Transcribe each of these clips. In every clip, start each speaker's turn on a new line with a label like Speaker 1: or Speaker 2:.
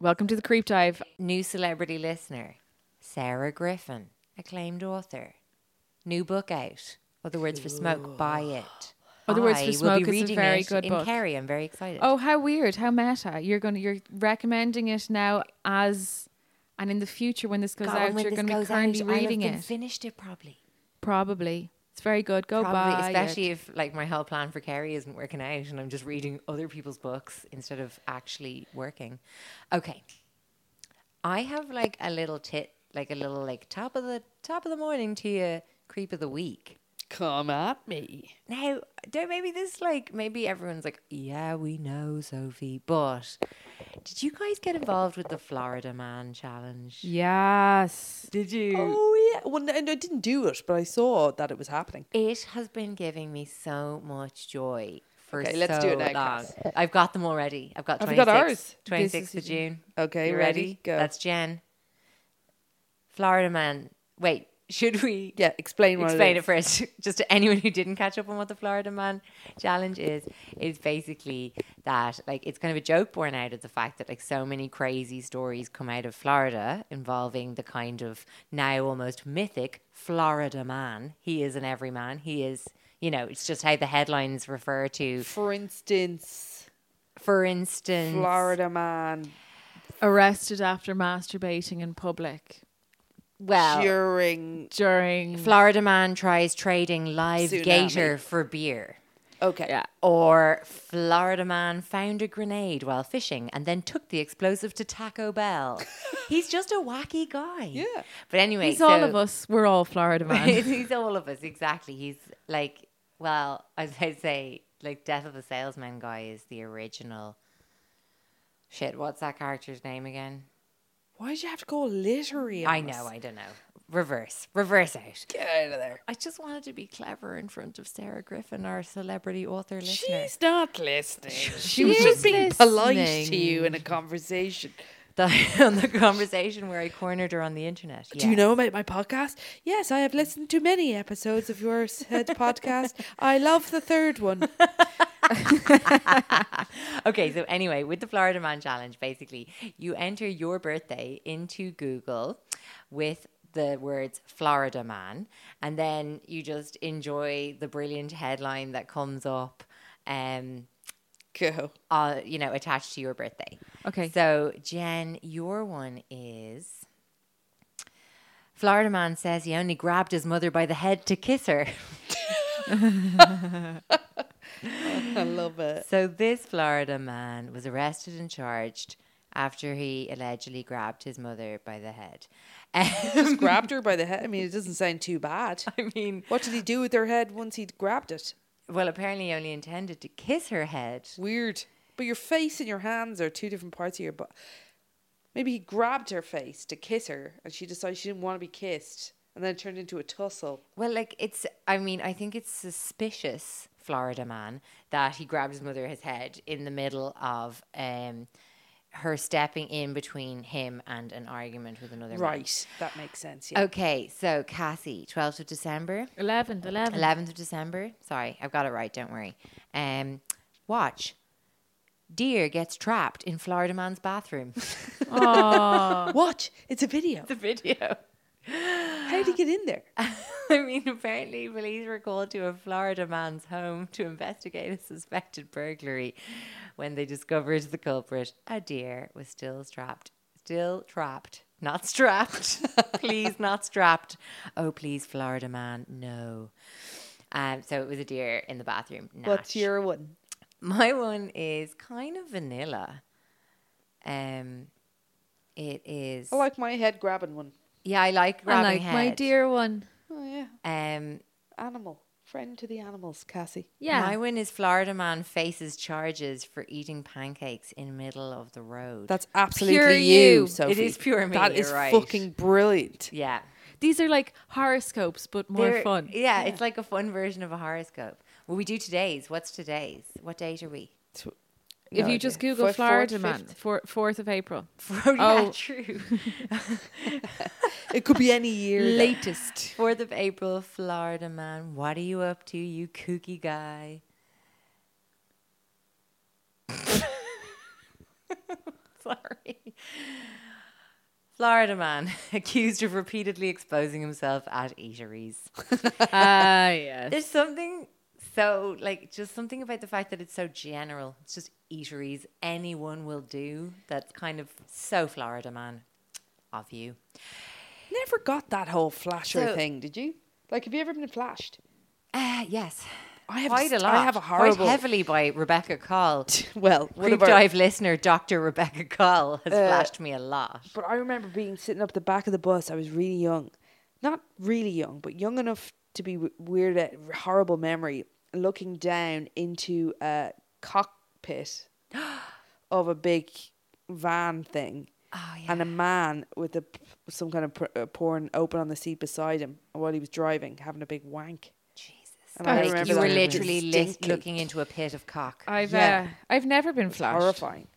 Speaker 1: Welcome to the Creep Dive.
Speaker 2: New celebrity listener, Sarah Griffin, acclaimed author. New book out. Other words for smoke, buy it.
Speaker 1: Other Words for
Speaker 2: I will be
Speaker 1: Smoke is a
Speaker 2: reading
Speaker 1: very
Speaker 2: it
Speaker 1: good
Speaker 2: in
Speaker 1: book.
Speaker 2: Kerry. I'm very excited.
Speaker 1: Oh, how weird! How meta! You're going to you're recommending it now as, and in the future when this goes
Speaker 2: God,
Speaker 1: out,
Speaker 2: when
Speaker 1: you're
Speaker 2: this
Speaker 1: going to be
Speaker 2: goes out,
Speaker 1: currently
Speaker 2: I'll have
Speaker 1: reading
Speaker 2: been
Speaker 1: it.
Speaker 2: Finished it probably.
Speaker 1: Probably, it's very good. Go
Speaker 2: probably,
Speaker 1: buy
Speaker 2: especially
Speaker 1: it.
Speaker 2: if like my whole plan for Kerry isn't working out, and I'm just reading other people's books instead of actually working. Okay, I have like a little tit, like a little like top of the top of the morning to you creep of the week.
Speaker 3: Come at me.
Speaker 2: Now, don't maybe this like maybe everyone's like, yeah, we know Sophie, but did you guys get involved with the Florida Man challenge?
Speaker 1: Yes,
Speaker 2: Did you?
Speaker 3: Oh yeah. Well, no, no, I didn't do it, but I saw that it was happening.
Speaker 2: It has been giving me so much joy for
Speaker 3: Okay,
Speaker 2: so
Speaker 3: let's do it now,
Speaker 2: long.
Speaker 3: Cass.
Speaker 2: I've got them already. I've got
Speaker 3: Have
Speaker 2: 26,
Speaker 3: you got ours?
Speaker 1: This
Speaker 2: 26th of
Speaker 1: is-
Speaker 2: June.
Speaker 3: Okay,
Speaker 2: You
Speaker 3: ready? Go.
Speaker 2: That's Jen. Florida Man. Wait, should we
Speaker 3: Yeah, explain what
Speaker 2: explain
Speaker 3: it
Speaker 2: it
Speaker 3: is.
Speaker 2: first, just to anyone who didn't catch up on what the Florida Man challenge is. Is basically that like it's kind of a joke born out of the fact that like so many crazy stories come out of Florida involving the kind of now almost mythic Florida Man. He is an everyman. He is. You know, it's just how the headlines refer to.
Speaker 3: For instance,
Speaker 2: For instance,
Speaker 3: Florida man
Speaker 1: arrested after masturbating in public
Speaker 2: Well,
Speaker 3: during.
Speaker 1: during.
Speaker 2: Florida man tries trading live
Speaker 3: Tsunami.
Speaker 2: gator for beer.
Speaker 3: Okay.
Speaker 1: Yeah.
Speaker 2: Or Florida man found a grenade while fishing and then took the explosive to Taco Bell. he's just a wacky guy. Yeah. But anyway,
Speaker 1: He's all
Speaker 2: so-
Speaker 1: of us. We're all Florida man.
Speaker 2: he's all of us exactly. He's like, well, as I say, like Death of a Salesman guy is the original. Shit, what's that character's name again?
Speaker 3: Why did you have to go literary? on
Speaker 2: I
Speaker 3: us?
Speaker 2: know, I don't know. Reverse, reverse out.
Speaker 3: Get out of there.
Speaker 2: I just wanted to be clever in front of Sarah Griffin, our celebrity author listener.
Speaker 3: She's not listening.
Speaker 1: She
Speaker 3: She was just being polite to you in a conversation.
Speaker 2: The- on the conversation where I cornered her on the internet.
Speaker 3: Do you
Speaker 2: Yes.
Speaker 3: know about my podcast? Yes, I have listened to many episodes of your said podcast. I love the third one.
Speaker 2: Okay, so anyway, with the Florida Man Challenge, basically, you enter your birthday into Google with the words Florida Man, and then you just enjoy the brilliant headline that comes up. Um,
Speaker 3: Go.
Speaker 2: uh, you know, attached to your birthday.
Speaker 1: Okay.
Speaker 2: So, Jen, your one is Florida man says he only grabbed his mother by the head to kiss her.
Speaker 3: I love it.
Speaker 2: so, this Florida man was arrested and charged after he allegedly grabbed his mother by the head. Um,
Speaker 3: Just grabbed her by the head. I mean, it doesn't sound too bad.
Speaker 2: I mean,
Speaker 3: What did he do with her head once he'd grabbed it?
Speaker 2: well, apparently he only intended to kiss her head.
Speaker 3: Weird. But your face and your hands are two different parts of your body. Maybe he grabbed her face to kiss her, and she decided she didn't want to be kissed, and then it turned into a tussle.
Speaker 2: Well, like it's, I mean, I think it's suspicious Florida man that he grabbed his mother's head in the middle of um, her stepping in between him and an argument with another man.
Speaker 3: Right. That makes sense. Yeah.
Speaker 2: Okay, so Cassie, 12th of December,
Speaker 1: 11, 11.
Speaker 2: 11th of December. Sorry, I've got it right, don't worry. Um, watch. Deer gets trapped in Florida man's bathroom.
Speaker 3: Uh, Watch. It's a video.
Speaker 2: the video.
Speaker 3: How did he get in there?
Speaker 2: I mean, apparently, police were called to a Florida man's home to investigate a suspected burglary. When they discovered the culprit, a deer was still strapped. Still trapped. Not strapped. please, not strapped. Oh, please, Florida man, no. Um, so it was a deer in the bathroom.
Speaker 3: What's
Speaker 2: Natch.
Speaker 3: your one?
Speaker 2: My one is kind of vanilla. Um, it is.
Speaker 3: Oh, I like my head grabbing one.
Speaker 2: yeah, I like
Speaker 1: I
Speaker 2: grabbing
Speaker 1: like my
Speaker 2: head.
Speaker 1: dear one.
Speaker 3: Oh yeah.
Speaker 2: Um,
Speaker 3: Animal. Friend to the animals, Cassie.
Speaker 1: Yeah.
Speaker 2: My win is Florida man faces charges for eating pancakes in middle of the road.
Speaker 3: That's absolutely
Speaker 1: Pure
Speaker 3: you,
Speaker 1: you.
Speaker 3: Sophie.
Speaker 2: It is pure me,
Speaker 3: That is
Speaker 2: you're right.
Speaker 3: fucking brilliant.
Speaker 2: yeah.
Speaker 1: These are like horoscopes, but more
Speaker 2: They're-
Speaker 1: fun.
Speaker 2: Yeah, it's like a fun version of a horoscope. Well, we do today's. What's today's? What date are we?
Speaker 1: if
Speaker 3: No
Speaker 1: you
Speaker 3: idea.
Speaker 1: just Google
Speaker 3: Fourth,
Speaker 1: Florida
Speaker 3: fourth,
Speaker 1: man,
Speaker 3: fifth.
Speaker 1: four, 4th of April.
Speaker 2: Oh, yeah,
Speaker 1: Oh.
Speaker 2: true.
Speaker 3: It could be any year. though.
Speaker 1: Latest.
Speaker 2: 4th of April, Florida man. What are you up to, you kooky guy? Sorry. Florida man accused of repeatedly exposing himself at eateries.
Speaker 1: Ah, yes.
Speaker 2: There's something so like just something about the fact that it's so general. It's just eateries anyone will do. That's kind of so Florida man of you.
Speaker 3: Never got that whole flasher
Speaker 2: So-
Speaker 3: thing, did you? Like, have you ever been flashed?
Speaker 2: Uh, yes,
Speaker 3: I have
Speaker 2: quite a
Speaker 3: st-
Speaker 2: lot.
Speaker 3: I have a horrible.
Speaker 2: quite heavily by Rebecca Call.
Speaker 3: well, one
Speaker 2: Deep
Speaker 3: of our-
Speaker 2: dive listener Dr. Rebecca Call has
Speaker 3: Uh,
Speaker 2: flashed me a lot.
Speaker 3: But I remember being sitting up the back of the bus. I was really young, not really young, but young enough to be w- weird, at horrible memory. Looking down into a cockpit of a big van thing,
Speaker 2: Oh,
Speaker 3: and a man with a p- some kind of pr- uh, porn open on the seat beside him while he was driving, having a big wank. Jesus, and
Speaker 2: Like,
Speaker 3: remember
Speaker 2: you were
Speaker 3: that
Speaker 2: literally li-
Speaker 3: distinctly.
Speaker 2: looking into a pit of cock.
Speaker 1: I've
Speaker 3: Yeah.
Speaker 1: uh, I've never been flashed.
Speaker 3: horrifying.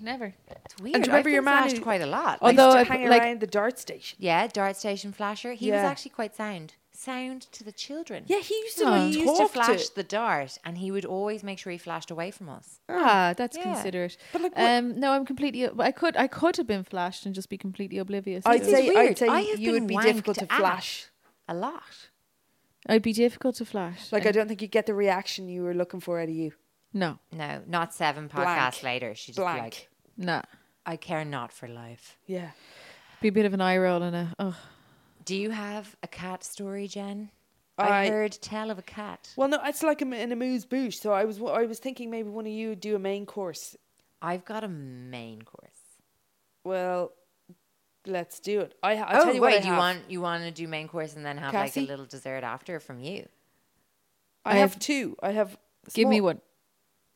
Speaker 1: Never.
Speaker 2: it's weird.
Speaker 3: And do you remember
Speaker 2: I've
Speaker 3: your
Speaker 2: been
Speaker 3: man
Speaker 2: flashed
Speaker 3: who-
Speaker 2: quite a lot.
Speaker 3: I
Speaker 2: Like,
Speaker 3: used
Speaker 1: Although
Speaker 3: to
Speaker 1: I've-
Speaker 3: hang
Speaker 1: like-
Speaker 3: around the dart station.
Speaker 2: yeah, Dart Station Flasher. He was
Speaker 3: Yeah.
Speaker 2: actually quite sound. Sound to the children.
Speaker 3: Yeah, he used to
Speaker 2: So
Speaker 3: like,
Speaker 2: he used to
Speaker 3: talk
Speaker 2: flash the dart, and he would always make sure he flashed away from us.
Speaker 1: Ah, that's
Speaker 2: Yeah.
Speaker 1: considerate. um, no, I'm completely. I could I could have been flashed and just be completely oblivious.
Speaker 3: I'd
Speaker 2: It's
Speaker 3: say, I'd
Speaker 2: weird.
Speaker 3: say
Speaker 2: I have
Speaker 3: you would
Speaker 2: been
Speaker 3: be
Speaker 2: wanked
Speaker 3: difficult to
Speaker 2: at
Speaker 3: flash.
Speaker 2: a lot.
Speaker 1: I'd be difficult to flash.
Speaker 3: Like,
Speaker 1: And-
Speaker 3: I don't think you get the reaction you were looking for out of you.
Speaker 1: no,
Speaker 2: No, not seven
Speaker 3: Blank.
Speaker 2: podcasts later. She's just be
Speaker 3: Blank.
Speaker 2: like,
Speaker 1: no.
Speaker 2: I care not for life.
Speaker 3: Yeah.
Speaker 1: Be a bit of an eye roll and a. Oh,
Speaker 2: Do you have a cat story, Jen?
Speaker 3: I-
Speaker 2: I heard tell of a cat.
Speaker 3: Well, no, it's like I'm in a moose boosh. So I was, I was thinking maybe one of you would do a main course.
Speaker 2: I've got a main course.
Speaker 3: Well, let's do it. I, ha- I'll tell you what I
Speaker 2: Oh, you
Speaker 3: have.
Speaker 2: want you want to do main course and then have
Speaker 3: Cassie?
Speaker 2: like a little dessert after from you?
Speaker 3: I have two. I have.
Speaker 1: give me
Speaker 3: small-
Speaker 1: one.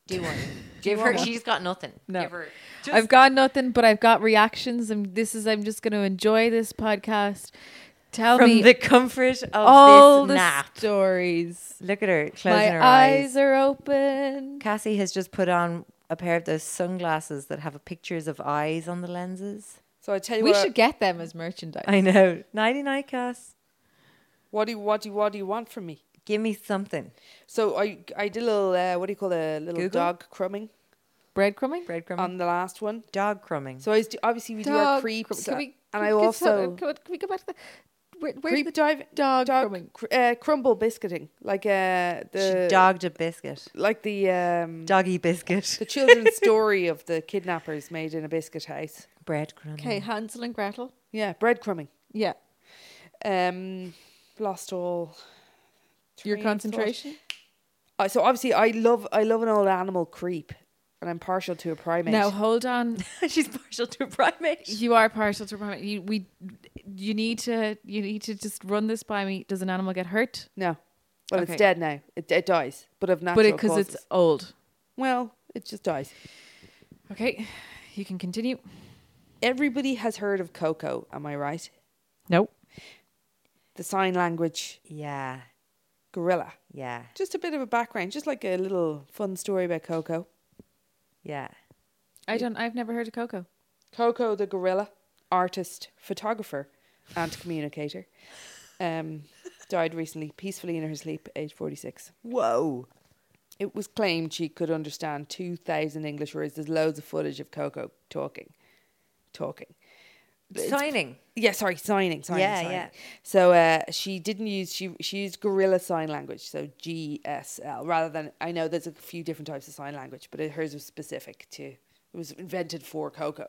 Speaker 2: Do one. Give her. She's got nothing.
Speaker 1: No.
Speaker 2: Give her.
Speaker 1: I've got nothing, but I've got reactions, and this is. I'm just going to enjoy this podcast. Tell
Speaker 2: From
Speaker 1: me
Speaker 2: the comfort of
Speaker 1: all
Speaker 2: this
Speaker 1: the
Speaker 2: nap.
Speaker 1: stories.
Speaker 2: Look at her closing
Speaker 1: My
Speaker 2: her
Speaker 1: eyes are open.
Speaker 2: Cassie has just put on a pair of those sunglasses that have pictures of eyes on the lenses.
Speaker 3: So I tell you
Speaker 1: We
Speaker 3: what.
Speaker 1: should get them as merchandise.
Speaker 2: I know. Nighty night, Cass.
Speaker 3: What do you, what do you, what do you want from me?
Speaker 2: Give me something.
Speaker 3: So I, I did a little. Uh, what do you call a little
Speaker 2: Google?
Speaker 3: dog crumbing
Speaker 1: Breadcrumbing.
Speaker 2: Breadcrumb.
Speaker 3: on the last one?
Speaker 2: Dog crumbing.
Speaker 3: So I was do, obviously we do our
Speaker 1: Dog crumb-
Speaker 3: creeps, uh,
Speaker 1: can we-
Speaker 3: and
Speaker 1: can
Speaker 3: I
Speaker 1: we get some-
Speaker 3: also
Speaker 1: can we, can we go back to the where, where's
Speaker 3: creep
Speaker 1: the
Speaker 3: dive
Speaker 1: dog, coming?
Speaker 3: cr- uh, crumble biscuiting like uh the
Speaker 2: she dogged a biscuit.
Speaker 3: like the um
Speaker 2: Doggy biscuit.
Speaker 3: the children's story of the kidnappers made in a biscuit house
Speaker 2: Breadcrumbing.
Speaker 1: Okay, Hansel and Gretel.
Speaker 3: yeah breadcrumbing
Speaker 1: Yeah,
Speaker 3: um lost all
Speaker 1: your
Speaker 3: train of thought.
Speaker 1: concentration.
Speaker 3: Uh, so obviously i love i love an old animal creep and i'm partial to a primate
Speaker 1: Now hold on,
Speaker 2: She's partial to a primate.
Speaker 1: you are partial to primate. You we, you need to you need to just run this by me. Does an animal get hurt?
Speaker 3: no well
Speaker 1: Okay.
Speaker 3: it's dead now it, it dies but of
Speaker 1: But
Speaker 3: natural
Speaker 1: it because it's
Speaker 3: causes.
Speaker 1: old.
Speaker 3: well it just dies
Speaker 1: Okay, you can continue.
Speaker 3: everybody has heard of coco am i right
Speaker 1: No.
Speaker 3: the sign language
Speaker 2: Yeah.
Speaker 3: gorilla.
Speaker 2: Yeah.
Speaker 3: Just a bit of a background, just like a little fun story about Coco.
Speaker 2: Yeah.
Speaker 1: I don't. I've never heard of Coco.
Speaker 3: Coco the gorilla, artist, photographer, and communicator, um, died recently peacefully in her sleep, age 46.
Speaker 2: Whoa.
Speaker 3: It was claimed she could understand 2,000 English words. There's loads of footage of Coco talking. Talking.
Speaker 2: Signing.
Speaker 3: Yeah, sorry, signing, signing,
Speaker 2: Yeah,
Speaker 3: signing.
Speaker 2: yeah.
Speaker 3: So uh, she didn't use she she used gorilla sign language, so GSL, rather than I know there's a few different types of sign language, but it, hers was specific to it was invented for Coco,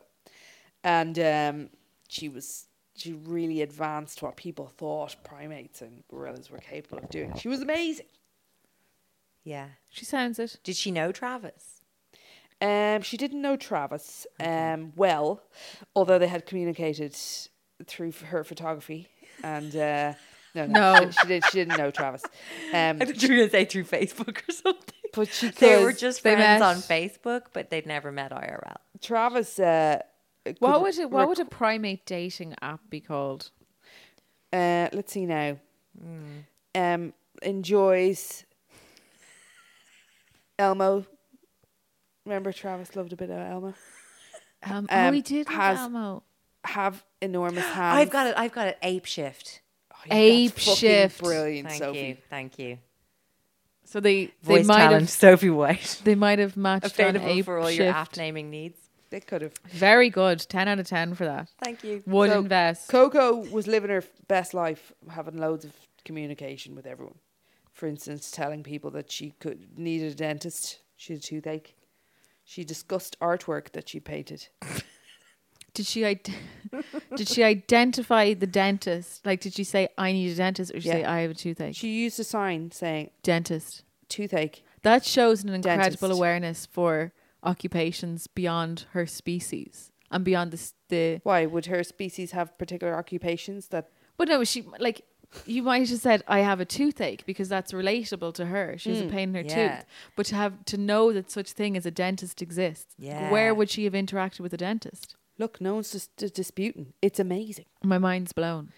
Speaker 3: and um, she was she really advanced what people thought primates and gorillas were capable of doing. She was amazing.
Speaker 2: Yeah.
Speaker 1: She sounds it.
Speaker 2: Did she know Travis?
Speaker 3: Um, she didn't know Travis um, well, although they had communicated through f- her photography. And uh, no, no,
Speaker 1: No.
Speaker 3: She, she did. She didn't know Travis. Um,
Speaker 2: I thought you were gonna say through Facebook or something.
Speaker 3: but she
Speaker 2: They were
Speaker 3: could-
Speaker 2: just
Speaker 1: They
Speaker 2: friends
Speaker 1: met.
Speaker 2: on Facebook, but they'd never met IRL.
Speaker 3: Um, Travis. Uh,
Speaker 1: What
Speaker 3: couldn't
Speaker 1: would it, what would a primate dating app be called?
Speaker 3: Uh, let's see now.
Speaker 2: Hmm.
Speaker 3: Um, enjoys Elmo. Remember, Travis loved a bit of Elmo.
Speaker 1: Um, oh,
Speaker 3: Um,
Speaker 1: we did have
Speaker 3: has-
Speaker 1: Elmo.
Speaker 3: Have enormous hands.
Speaker 2: I've got it. I've got it. Ape shift.
Speaker 3: Oh, yeah, that's
Speaker 1: Ape
Speaker 3: fucking
Speaker 1: shift.
Speaker 3: Brilliant,
Speaker 2: Thank
Speaker 3: Sophie.
Speaker 2: you. Thank you.
Speaker 1: So they they
Speaker 2: Voice
Speaker 1: might
Speaker 2: talent.
Speaker 1: have
Speaker 2: Sophie White.
Speaker 1: they might have matched on
Speaker 2: Available
Speaker 1: ape
Speaker 2: for all
Speaker 1: shift.
Speaker 2: your app naming needs.
Speaker 3: They could have.
Speaker 1: Very good. Ten out of ten for that.
Speaker 2: Thank you.
Speaker 1: Would
Speaker 3: So,
Speaker 1: invest.
Speaker 3: Coco was living her best life, having loads of communication with everyone. For instance, telling people that she could needed a dentist, she had a toothache. She discussed artwork that she painted.
Speaker 1: did she id- did she identify the dentist? Like, did she say I need a dentist, or did she say
Speaker 3: Yeah.
Speaker 1: I have a toothache?
Speaker 3: She used a sign saying
Speaker 1: dentist.
Speaker 3: toothache.
Speaker 1: That shows an incredible
Speaker 3: Dentist.
Speaker 1: awareness for occupations beyond her species and beyond the s- the.
Speaker 3: Why would her species have particular occupations that?
Speaker 1: But no, she like you might have said I have a toothache because that's relatable to her. She has a pain in her
Speaker 2: Mm, yeah.
Speaker 1: tooth. But to have to know that such thing as a dentist exists,
Speaker 2: Yeah.
Speaker 1: where would she have interacted with a dentist?
Speaker 3: Look, no one's dis- dis- disputing. It's amazing.
Speaker 1: My mind's blown.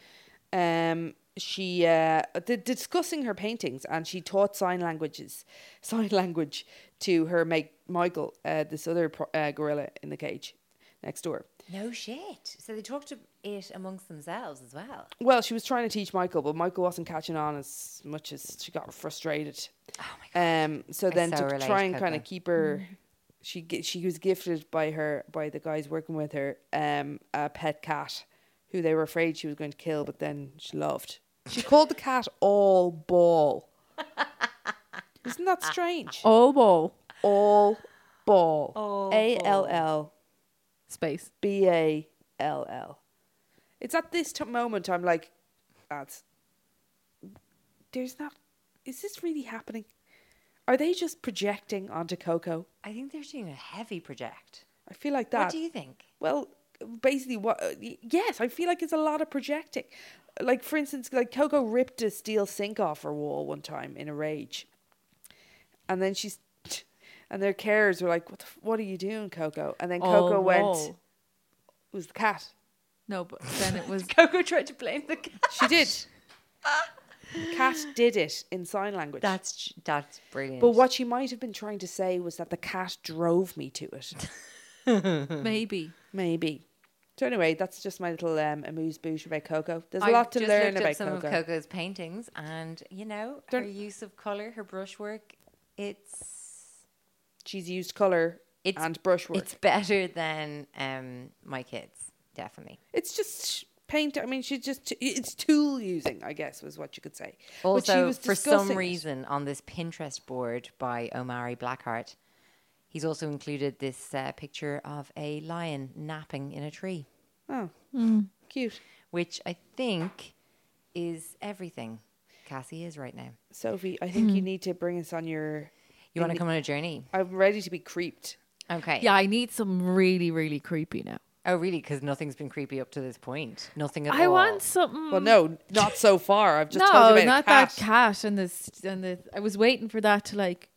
Speaker 3: Um, she uh, d- discussing her paintings, and she taught sign languages, sign language to her mate Michael, uh, this other pro- uh, gorilla in the cage next door.
Speaker 2: No shit. So they talked to it amongst themselves as well.
Speaker 3: Well, she was trying to teach Michael, but Michael wasn't catching on as much as she got frustrated. Oh my god! Um, so
Speaker 2: I
Speaker 3: then
Speaker 2: so
Speaker 3: to
Speaker 2: relate,
Speaker 3: try and kind
Speaker 2: Coco.
Speaker 3: of keep her, she she she was gifted by her by the guys working with her um, a pet cat, who they were afraid she was going to kill, but then she loved. She called the cat All Ball. Isn't that strange?
Speaker 1: Oh, whoa.
Speaker 3: All Ball. A L L
Speaker 1: Space.
Speaker 3: B A L L. It's at this t- moment I'm like, that's. There's not. Is this really happening? Are they just projecting onto Coco?
Speaker 2: I think they're doing a heavy project.
Speaker 3: I feel like that.
Speaker 2: What do you think?
Speaker 3: Well, basically, what? uh, y- Yes, I feel like it's a lot of projecting. Like for instance, like Coco ripped a steel sink off her wall one time in a rage, and then she's, and their carers were like, "What? The, f- what are you doing, Coco?" And then Coco
Speaker 1: Oh,
Speaker 3: went,
Speaker 1: whoa.
Speaker 3: "It was the cat."
Speaker 1: No, but then it was.
Speaker 2: Coco tried to blame the cat.
Speaker 3: She did. Cat did it in sign language.
Speaker 2: That's j- that's brilliant.
Speaker 3: but what she might have been trying to say was that the cat drove me to it.
Speaker 1: Maybe.
Speaker 3: Maybe. So anyway, that's just my little um, amuse bouche about Coco. There's a lot to learn about
Speaker 2: some
Speaker 3: Coco.
Speaker 2: of Coco's paintings, and you know her use of color, her brushwork. It's
Speaker 3: She's used color
Speaker 2: It's-
Speaker 3: and brushwork.
Speaker 2: it's better than um, my kids, definitely.
Speaker 3: It's just paint. I mean, she's just it's tool using, I guess, was what you could say. But she
Speaker 2: Also,
Speaker 3: was
Speaker 2: for some
Speaker 3: discussing it.
Speaker 2: reason, on this Pinterest board by Omari Blackheart, he's also included this uh, picture of a lion napping in a tree,
Speaker 3: Oh, cute.
Speaker 2: which I think is everything Cassie is right now.
Speaker 3: Sophie, I think
Speaker 2: Hmm.
Speaker 3: you need to bring us on your.
Speaker 2: You want to come on a journey?
Speaker 3: I'm ready to be creeped.
Speaker 2: Okay.
Speaker 1: Yeah, I need some really, really creepy now.
Speaker 2: Oh, really? Because nothing's been creepy up to this point. Nothing at
Speaker 1: I
Speaker 2: all.
Speaker 1: want something.
Speaker 3: Well,
Speaker 2: Hmm.
Speaker 3: no, not so far. I've just
Speaker 1: no,
Speaker 3: told you about a
Speaker 1: not
Speaker 3: cat.
Speaker 1: that cat and this and the. I was waiting for that to like.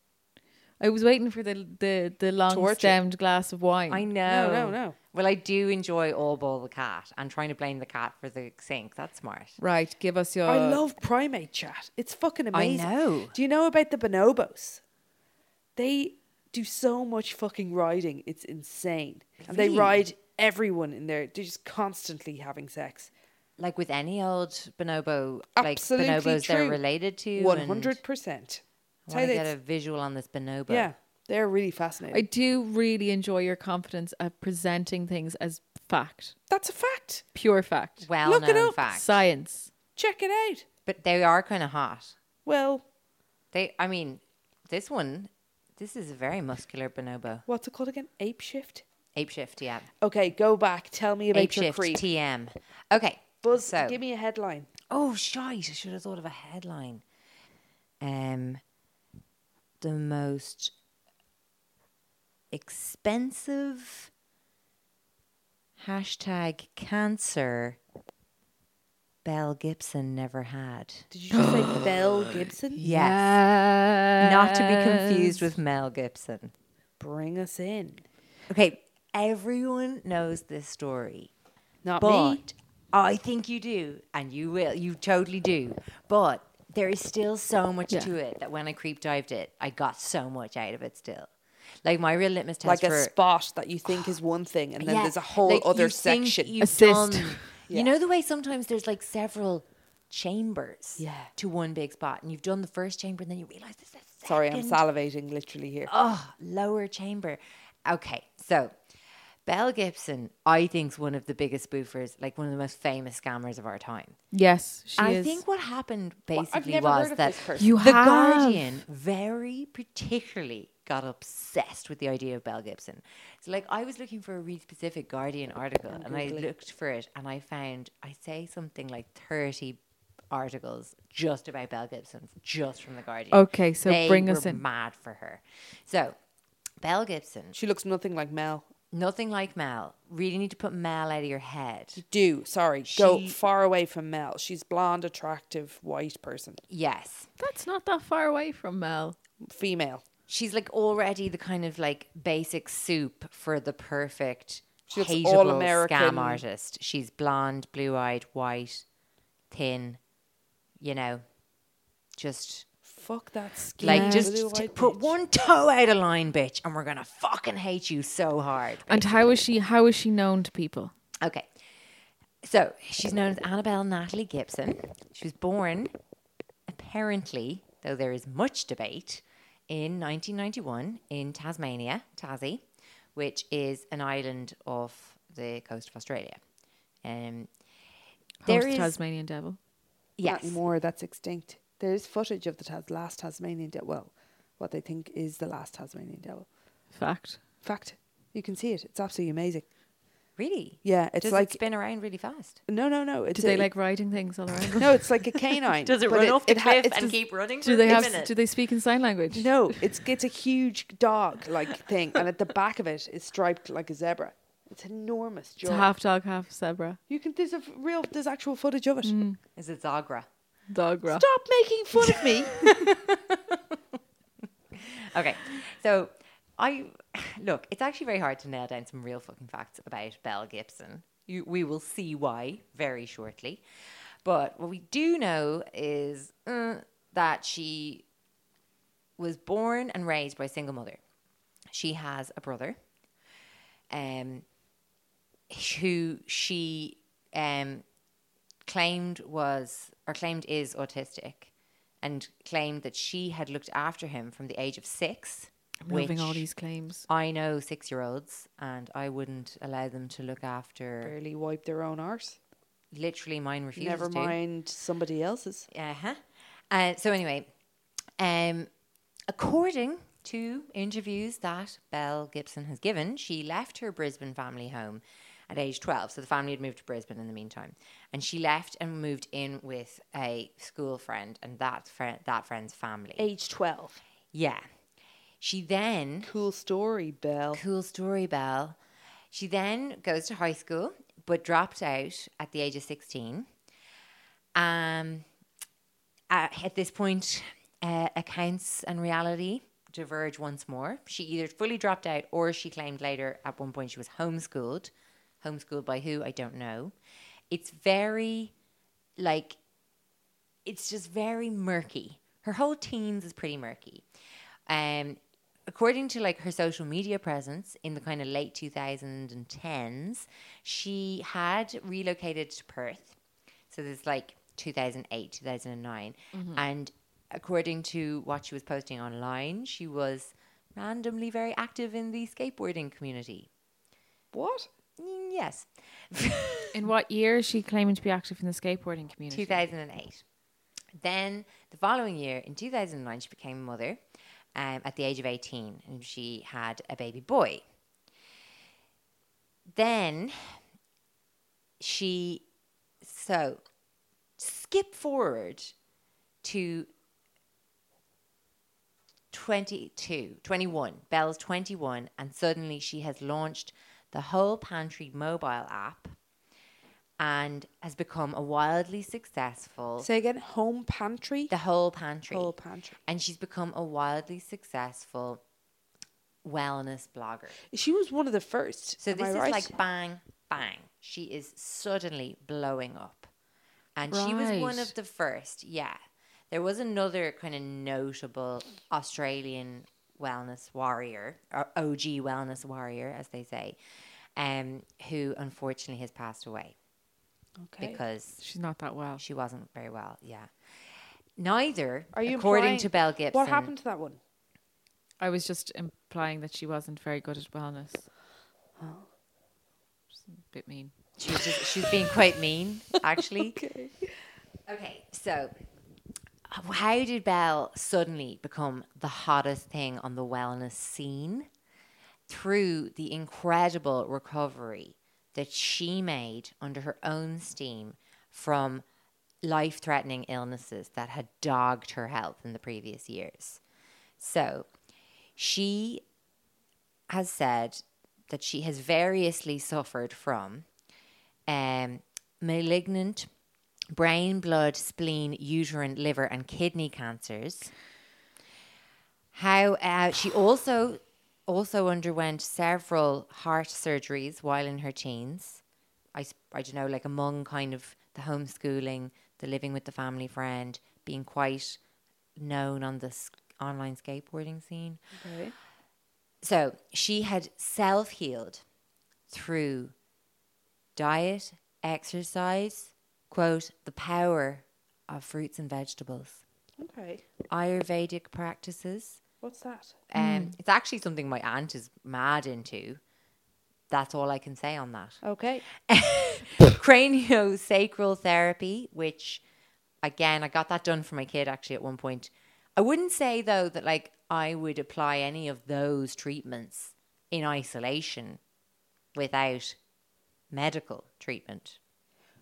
Speaker 1: I was waiting for the the the long
Speaker 3: Torture.
Speaker 1: stemmed glass of wine.
Speaker 2: I know.
Speaker 3: no, no.
Speaker 2: Well, I do enjoy all ball the cat and trying to blame the cat for the sink. That's smart.
Speaker 1: Right, give us your.
Speaker 3: I love primate chat. It's fucking amazing.
Speaker 2: Uh, know.
Speaker 3: Do you know about the bonobos? They do so much fucking riding. It's insane. And they
Speaker 2: Really?
Speaker 3: ride everyone in there. They're just constantly having sex.
Speaker 2: Like with any old bonobo,
Speaker 3: Absolutely
Speaker 2: like bonobos
Speaker 3: true.
Speaker 2: they're related to. and
Speaker 3: One hundred percent.
Speaker 2: I want to get a visual on this bonobo.
Speaker 3: Yeah, they're really
Speaker 1: I
Speaker 3: fascinating.
Speaker 1: do really enjoy your confidence at presenting things as fact,
Speaker 3: That's a fact.
Speaker 1: pure fact,
Speaker 2: Well
Speaker 3: Look it
Speaker 2: known
Speaker 3: up.
Speaker 2: fact.
Speaker 1: science.
Speaker 3: Check it out.
Speaker 2: But they are kind of hot.
Speaker 3: Well,
Speaker 2: They, I mean, this one, this is a very muscular bonobo.
Speaker 3: what's it called again? Ape shift.
Speaker 2: Ape shift, yeah.
Speaker 3: Okay, go back. Tell me about
Speaker 2: Ape
Speaker 3: your
Speaker 2: shift,
Speaker 3: creep.
Speaker 2: TM. Okay.
Speaker 3: Buzz,
Speaker 2: so-
Speaker 3: give me a headline.
Speaker 2: Oh, shite. I should have thought of a headline. Um, the most expensive hashtag cancer Belle Gibson never had.
Speaker 3: Did you just say Belle Gibson?
Speaker 2: Yes. Not to be confused with Mel Gibson.
Speaker 3: Bring us in.
Speaker 2: Okay, everyone knows this story.
Speaker 3: Not
Speaker 2: but
Speaker 3: me.
Speaker 2: I think you do, and you will. You totally do. But there is still so much to it that when I creep dived it, I got so much out of it still. Like my real litmus test
Speaker 3: Like a
Speaker 2: for
Speaker 3: spot that you think is one thing, and then
Speaker 2: Yeah,
Speaker 3: there's a whole
Speaker 2: like,
Speaker 3: other
Speaker 2: you think
Speaker 3: section.
Speaker 2: you've
Speaker 1: Assist.
Speaker 2: done-
Speaker 3: Yeah.
Speaker 2: You know the way sometimes there's like several chambers
Speaker 3: Yeah.
Speaker 2: to one big spot, and you've done the first chamber, and then you realize there's a
Speaker 3: Sorry, I'm
Speaker 2: second
Speaker 3: salivating literally here.
Speaker 2: Oh, lower chamber. Okay, so Belle Gibson, I think's one of the biggest spoofers, like one of the most famous scammers of our time.
Speaker 1: Yes, she
Speaker 2: I
Speaker 1: is.
Speaker 2: think what happened basically
Speaker 3: never heard
Speaker 2: was
Speaker 3: of
Speaker 2: that
Speaker 3: this person.
Speaker 1: You
Speaker 2: the
Speaker 1: have.
Speaker 2: Guardian very particularly got obsessed with the idea of Belle Gibson. So, like, I was looking for a really specific Guardian article, and I looked for it, and I found I say something like thirty articles just about Belle Gibson, just from the Guardian.
Speaker 1: Okay, so
Speaker 2: They
Speaker 1: bring us
Speaker 2: were
Speaker 1: in.
Speaker 2: Mad for her. So, Belle Gibson,
Speaker 3: She looks nothing like Mel.
Speaker 2: nothing like Mel. Really need to put Mel out of your head.
Speaker 3: Do sorry, go
Speaker 2: She-
Speaker 3: far away from Mel. She's blonde, attractive, white person,
Speaker 2: Yes.
Speaker 1: that's not that far away from Mel.
Speaker 3: female.
Speaker 2: she's like already the kind of like basic soup for the perfect
Speaker 3: She looks
Speaker 2: hateable
Speaker 3: all American.
Speaker 2: scam artist. She's blonde, blue-eyed, white, thin, you know, just
Speaker 3: Fuck that skin.
Speaker 2: like just, just put one toe out of line, bitch, and we're gonna fucking hate you so hard.
Speaker 1: And how is she? How is she known to people?
Speaker 2: Okay. So she's known as Annabelle Natalie Gibson. She was born, apparently, though there is much debate, in 1991 in Tasmania, Tassie, which is an island off the coast of Australia. Um,
Speaker 1: There
Speaker 2: there is
Speaker 1: Tasmanian devil.
Speaker 3: Not
Speaker 2: yes,
Speaker 3: anymore. That's extinct. There is footage of the Tas- last Tasmanian devil. Well, what they think is the last Tasmanian devil.
Speaker 1: Fact.
Speaker 3: Fact, you can see it. It's absolutely amazing.
Speaker 2: really.
Speaker 3: Yeah, it's
Speaker 2: Does
Speaker 3: like-
Speaker 2: it spin around really fast?
Speaker 3: No, no, no. It's
Speaker 1: Do they
Speaker 3: a-
Speaker 1: like riding things all around?
Speaker 3: No, it's like a canine. but ha- it's this-
Speaker 2: running?
Speaker 1: do they have? Do they speak in sign language?
Speaker 3: No, it's it's a huge dog like thing, and at the back of it is striped like a zebra. It's enormous.
Speaker 1: It's
Speaker 3: Jaw.
Speaker 1: half dog, half zebra.
Speaker 3: you can there's a f- real there's actual footage of it.
Speaker 2: Is it Zagra?
Speaker 1: Dog rock.
Speaker 3: Stop making fun of me.
Speaker 2: Okay. So I look, it's actually very hard to nail down some real fucking facts about Belle Gibson. You, we will see why very shortly. But what we do know is uh, that she was born and raised by a single mother. She has a brother um, who she um, claimed was or claimed is autistic and claimed that she had looked after him from the age of 6
Speaker 1: Moving
Speaker 2: which
Speaker 1: all these claims.
Speaker 2: I know six year olds and I wouldn't allow them to look after
Speaker 3: Barely wipe their own arse.
Speaker 2: literally mine refuses
Speaker 3: Never
Speaker 2: to.
Speaker 3: mind somebody else's.
Speaker 2: Uh-huh. Uh, so anyway, um, according to interviews that Belle Gibson has given, she left her Brisbane family home at age 12. So the family had moved to Brisbane in the meantime. And she left and moved in with a school friend and that, friend that friend's family.
Speaker 3: Age twelve.
Speaker 2: Yeah. She then
Speaker 3: Cool story, Belle.
Speaker 2: Cool story, Belle. She then goes to high school, but dropped out at the age of 16. Um, at, at this point, uh, accounts and reality diverge once more. She either fully dropped out or she claimed later at one point she was homeschooled. Homeschooled by who? I don't know. It's very, like, it's just very murky. Her whole teens is pretty murky. Um, according to like her social media presence in the kind of late 2010s, she had relocated to Perth. So there's like 2008, 2009. And according to what she was posting online, she was randomly very active in the skateboarding community.
Speaker 3: What?
Speaker 2: Mm, Yes,
Speaker 1: In what year is she claiming to be active in the skateboarding community?
Speaker 2: 2008. Then the following year, in 2009, she became a mother um, at the age of 18 and she had a baby boy. Then she, so skip forward to 22, 21, Belle's 21, and suddenly she has launched the whole pantry mobile app and has become a wildly successful
Speaker 3: Say again, home pantry?
Speaker 2: the whole pantry.
Speaker 3: Whole pantry.
Speaker 2: And she's become a wildly successful wellness blogger.
Speaker 3: She was one of the first.
Speaker 2: So
Speaker 3: am
Speaker 2: this
Speaker 3: I
Speaker 2: is
Speaker 3: right?
Speaker 2: like bang, bang. She is suddenly blowing up. And she was one
Speaker 1: Right.
Speaker 2: of the first, yeah. There was another kind of notable Australian wellness warrior, or OG wellness warrior, as they say, um, who unfortunately has passed away
Speaker 3: Okay.
Speaker 2: because
Speaker 1: She's not that well.
Speaker 2: she wasn't very well, yeah. Neither,
Speaker 3: Are you
Speaker 2: according
Speaker 3: implying-
Speaker 2: to Belle Gibson,
Speaker 3: What happened to that one?
Speaker 1: I was just implying that she wasn't very good at wellness. Just a bit mean.
Speaker 2: She was just, she's being quite mean, actually. okay. so how did Belle suddenly become the hottest thing on the wellness scene? Through the incredible recovery that she made under her own steam from life threatening illnesses that had dogged her health in the previous years. So she has said that she has variously suffered from um, malignant brain, blood, spleen, uterine, liver, and kidney cancers. How uh, she also also underwent several heart surgeries while in her teens. I, s- I don't know, like among kind of the homeschooling, the living with the family friend, being quite known on the s- online skateboarding scene.
Speaker 3: Okay.
Speaker 2: So she had self healed through diet, exercise, quote, the power of fruits and vegetables,
Speaker 3: Okay.
Speaker 2: Ayurvedic practices.
Speaker 3: What's that?
Speaker 2: Um, It's actually something my aunt is mad into. That's all I can say on that.
Speaker 3: Okay.
Speaker 2: craniosacral therapy, which again, I got that done for my kid actually at one point. I wouldn't say though that like I would apply any of those treatments in isolation without medical treatment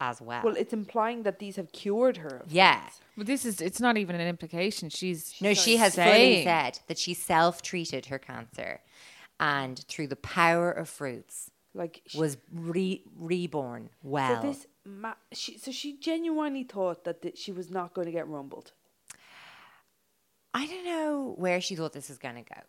Speaker 2: as well.
Speaker 3: Well, it's implying that these have cured her. of
Speaker 2: yeah.
Speaker 3: things.
Speaker 1: But this is, it's not even an implication. She's.
Speaker 2: No, she has fully
Speaker 1: saying-
Speaker 2: said that she self treated her cancer and through the power of fruits
Speaker 3: Like she,
Speaker 2: was re- reborn well.
Speaker 3: so this ma- she, so she genuinely thought that th- she was not going to get rumbled.
Speaker 2: I don't know where she thought this was going to go,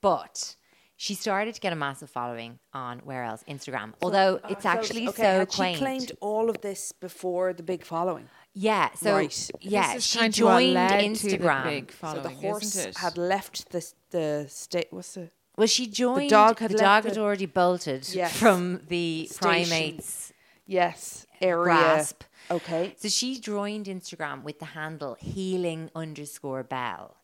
Speaker 2: but she started to get a massive following on where else? Instagram. Although Oh, it's
Speaker 3: Uh, So-
Speaker 2: actually
Speaker 3: okay,
Speaker 2: so
Speaker 3: had
Speaker 2: quaint.
Speaker 3: She claimed all of this before the big following.
Speaker 2: yeah. So
Speaker 3: Right.
Speaker 2: yeah,
Speaker 1: This is
Speaker 2: she
Speaker 1: trying to
Speaker 2: joined
Speaker 1: allude to the
Speaker 2: Instagram.
Speaker 1: big following,
Speaker 3: so the horse
Speaker 1: isn't it?
Speaker 3: had left the s- the state. What's the
Speaker 2: Well, she joined. The dog
Speaker 3: dog
Speaker 2: had,
Speaker 3: had left the-
Speaker 2: already bolted
Speaker 3: Yes.
Speaker 2: from the
Speaker 3: Station.
Speaker 2: primates
Speaker 3: yes area?
Speaker 2: grasp.
Speaker 3: Okay.
Speaker 2: So she joined Instagram with the handle healing underscore bell.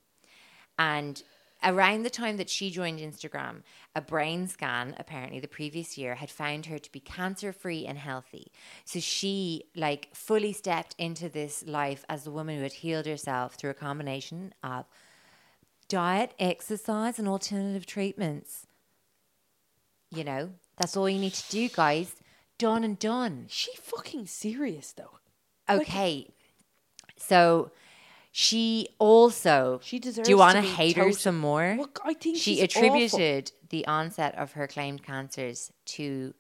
Speaker 2: And around the time that she joined Instagram, a brain scan, apparently the previous year, had found her to be cancer free and healthy. So she, like, fully stepped into this life as the woman who had healed herself through a combination of diet, exercise, and alternative treatments. You know, that's all you need to do, guys. Done and done.
Speaker 3: Is she fucking serious though?
Speaker 2: Okay. So she also
Speaker 3: She
Speaker 2: Do
Speaker 3: deserves
Speaker 2: you want
Speaker 3: to
Speaker 2: to
Speaker 3: be
Speaker 2: hate her
Speaker 3: toted.
Speaker 2: some more?
Speaker 3: Look, I think
Speaker 2: she
Speaker 3: she's awful.
Speaker 2: attributed the onset of her claimed cancers to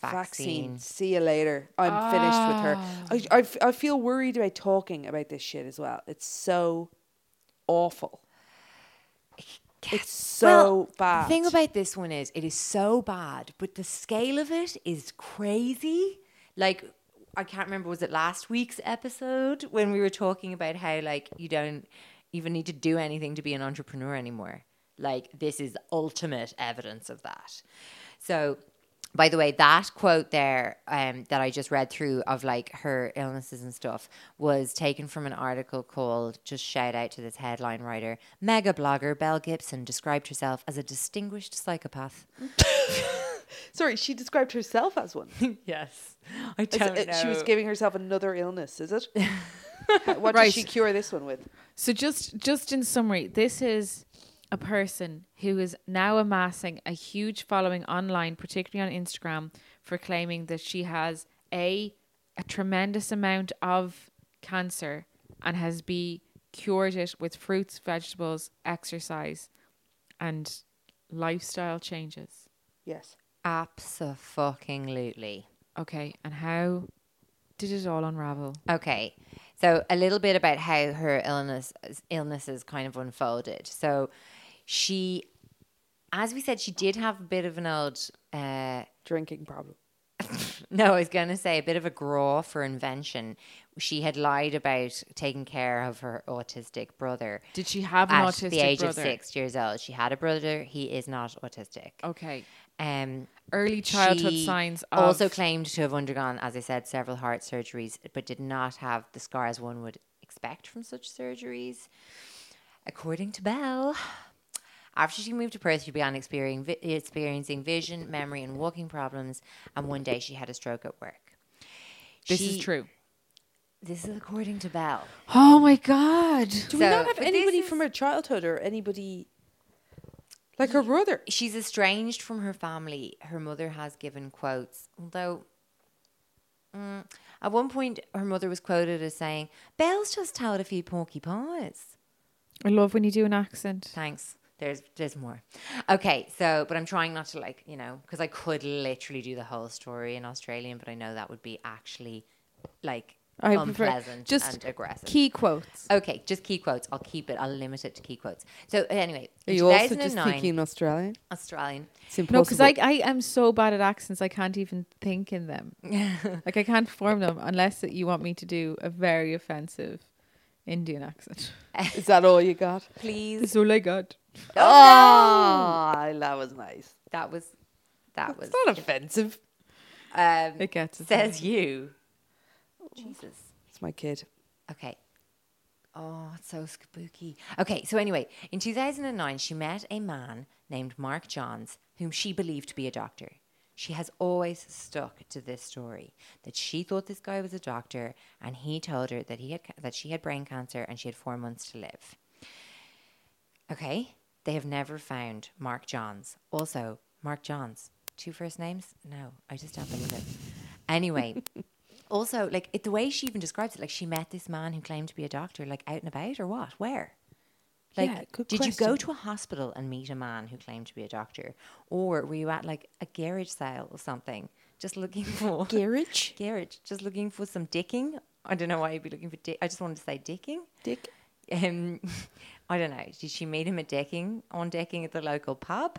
Speaker 3: Vaccine.
Speaker 2: vaccines.
Speaker 3: See you later. I'm finished
Speaker 1: Ah.
Speaker 3: with her. I, I f- I feel worried about talking about this shit as well. It's so awful. It's so bad.
Speaker 2: The thing about this one is it is so bad, but the scale of it is crazy. Like I can't remember was it last week's episode when we were talking about how like you don't even need to do anything to be an entrepreneur anymore. Like this is ultimate evidence of that. So by the way, that quote there um, that I just read through of like her illnesses and stuff was taken from an article called Just Shout Out to This Headline Writer. Mega blogger Belle Gibson described herself as a distinguished psychopath.
Speaker 3: Sorry, she described herself as one.
Speaker 2: yes. I
Speaker 3: It's-
Speaker 2: don't
Speaker 3: it-
Speaker 2: know.
Speaker 3: She was giving herself another illness, is it? what did she cure this one with?
Speaker 1: So just just in summary, this is a person who is now amassing a huge following online, particularly on Instagram, for claiming that she has a a tremendous amount of cancer and has b cured it with fruits, vegetables, exercise, and lifestyle changes.
Speaker 3: Yes.
Speaker 2: Abso-fucking-lutely.
Speaker 1: Okay, and how did it all unravel?
Speaker 2: Okay. So a little bit about how her illness illnesses kind of unfolded. So she as we said, she did have a bit of an old uh
Speaker 3: Drinking problem.
Speaker 2: No, I was going to say a bit of a grow for invention. She had lied about taking care of her autistic brother.
Speaker 1: Did she have an
Speaker 2: at
Speaker 1: autistic
Speaker 2: the age of
Speaker 1: brother?
Speaker 2: six years old? She had a brother. He is not autistic.
Speaker 1: Okay.
Speaker 2: Um,
Speaker 1: Early childhood
Speaker 2: she
Speaker 1: signs of
Speaker 2: Also claimed to have undergone, as I said, several heart surgeries, but did not have the scars one would expect from such surgeries. According to Bell, after she moved to Perth, she began experiencing, vi- experiencing vision, memory, and walking problems. And one day she had a stroke at work.
Speaker 1: this is
Speaker 2: She-
Speaker 1: true.
Speaker 2: This is according to Bell.
Speaker 1: Oh my god.
Speaker 3: Do we
Speaker 2: So-
Speaker 3: not have
Speaker 2: but this
Speaker 3: anybody
Speaker 2: is-
Speaker 3: from her childhood or anybody like her brother?
Speaker 2: She's estranged from her family. Her mother has given quotes, although mm, at one point her mother was quoted as saying, "Belle's just told a few porcupines."
Speaker 1: I love when you do an accent.
Speaker 2: Thanks. There's there's more. Okay, so but I'm trying not to like you know because I could literally do the whole story in Australian, but I know that would be actually like
Speaker 1: I prefer-
Speaker 2: unpleasant
Speaker 1: just
Speaker 2: and aggressive.
Speaker 1: Key quotes.
Speaker 2: Okay, just key quotes. I'll keep it. I'll limit it to key quotes. So anyway, in 2009
Speaker 3: Australian?
Speaker 2: Australian.
Speaker 3: It's
Speaker 1: No, because I, I am so bad at accents, I can't even think in them. like, I can't form them unless that you want me to do a very offensive Indian accent.
Speaker 3: is that all you got?
Speaker 2: Please.
Speaker 1: all I got.
Speaker 3: Oh, that was nice.
Speaker 2: That was that was
Speaker 3: It's not offensive.
Speaker 2: um,
Speaker 1: It gets us.
Speaker 2: says you. Jesus.
Speaker 3: It's my kid.
Speaker 2: Okay. Oh, it's so spooky. Okay, so anyway, in 2009, she met a man named Mark Johns, whom she believed to be a doctor. She has always stuck to this story that she thought this guy was a doctor, and he told her that he had ca- that she had brain cancer and she had four months to live. Okay, they have never found Mark Johns. Also, Mark Johns, two first names? No, I just don't believe it. Anyway, also, like it, the way she even describes it, like she met this man who claimed to be a doctor, like out and about or what? Where? Like,
Speaker 3: Yeah, good
Speaker 2: did you go
Speaker 3: question.
Speaker 2: to a hospital and meet a man who claimed to be a doctor, or were you at like a garage sale or something, just looking for
Speaker 3: Garage?
Speaker 2: garage, just looking for some dicking? I don't know why you'd be looking for dick. I just wanted to say dicking.
Speaker 3: Dick.
Speaker 2: Um, I don't know. Did she meet him at decking on decking at the local pub?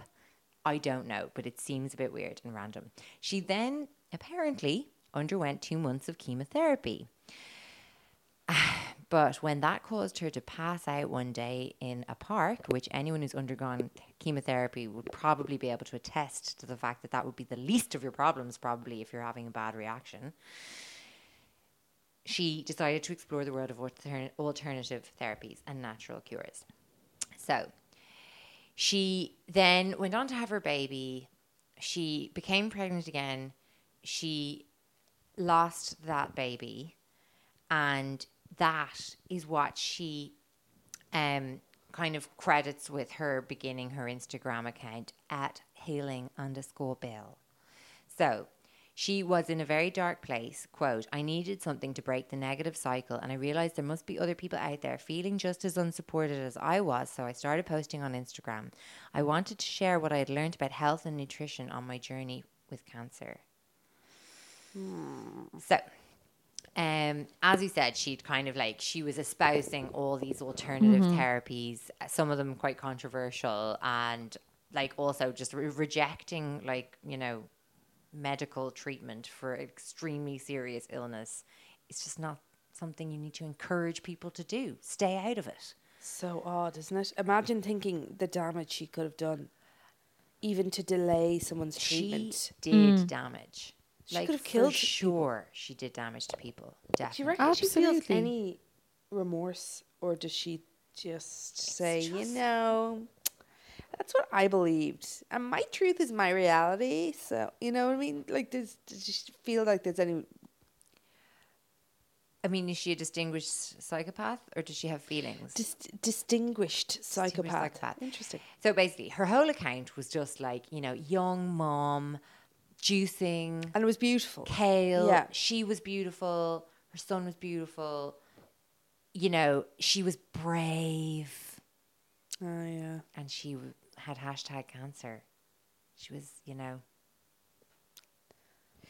Speaker 2: I don't know, but it seems a bit weird and random. She then apparently underwent two months of chemotherapy. But when that caused her to pass out one day in a park, which anyone who's undergone chemotherapy would probably be able to attest to the fact that that would be the least of your problems, probably, if you're having a bad reaction, she decided to explore the world of altern- alternative therapies and natural cures. So she then went on to have her baby. She became pregnant again. She lost that baby. And that is what she um, kind of credits with her beginning her Instagram account at healing underscore bill. So she was in a very dark place. Quote, I needed something to break the negative cycle, and I realized there must be other people out there feeling just as unsupported as I was, so I started posting on Instagram. I wanted to share what I had learned about health and nutrition on my journey with cancer. So um, as you said, she'd kind of like she was espousing all these alternative
Speaker 3: Mm-hmm.
Speaker 2: therapies, uh, some of them quite controversial, and like also just re- rejecting like you know medical treatment for extremely serious illness. It's just not something you need to encourage people to do. Stay out of it.
Speaker 3: So odd, isn't it? Imagine thinking the damage she could have done, even to delay someone's treatment. Mm.
Speaker 2: She did damage.
Speaker 3: She could have killed people.
Speaker 2: For sure, she did damage to people.
Speaker 3: Do
Speaker 2: Definitely.
Speaker 3: you reckon she feels
Speaker 1: Absolutely.
Speaker 3: any remorse, or does she just say, you know, that's what I believed, and my truth is my reality? So you know what I mean? Like, does, does she feel like there's any?
Speaker 2: I mean, is she a distinguished psychopath or does she have feelings?
Speaker 3: Dis- distinguished psychopath.
Speaker 2: psychopath.
Speaker 3: Interesting.
Speaker 2: So basically, her whole account was just like, you know, young mom, juicing,
Speaker 3: And it was beautiful.
Speaker 2: kale.
Speaker 3: Yeah.
Speaker 2: She was beautiful. Her son was beautiful. You know, she was brave
Speaker 3: Oh yeah.
Speaker 2: and she w- had hashtag cancer. She was, you know,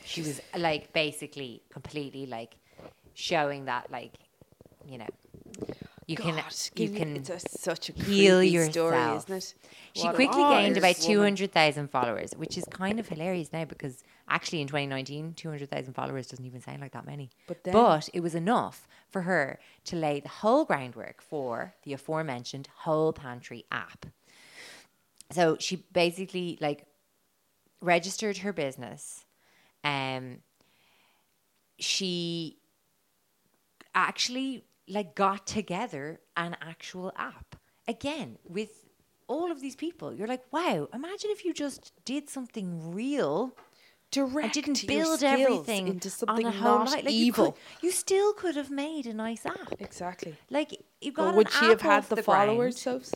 Speaker 2: she was like basically completely like showing that, like, you know, you can, you can,
Speaker 3: It's a, such a
Speaker 2: heal
Speaker 3: creepy
Speaker 2: yourself.
Speaker 3: story, isn't it?
Speaker 2: She
Speaker 3: What a
Speaker 2: quickly gained about
Speaker 3: fierce woman.
Speaker 2: 200,000 followers, which is kind of hilarious now because actually in 2019, 200,000 followers doesn't even sound like that many.
Speaker 3: But then-
Speaker 2: it was enough for her to lay the whole groundwork for the aforementioned Whole Pantry app. So she basically like registered her business. Um, she actually like got together an actual app again with all of these people you're like wow imagine if you just did something real
Speaker 3: Direct
Speaker 2: and didn't
Speaker 3: your
Speaker 2: build
Speaker 3: skills
Speaker 2: everything
Speaker 3: into something
Speaker 2: on a whole
Speaker 3: not
Speaker 2: night like
Speaker 3: evil.
Speaker 2: You, could, you still could have made a nice app
Speaker 3: Exactly.
Speaker 2: like you got
Speaker 3: But
Speaker 2: an
Speaker 3: would she have
Speaker 2: app
Speaker 3: had
Speaker 2: off
Speaker 3: the,
Speaker 2: ground.
Speaker 3: followers, Sophs?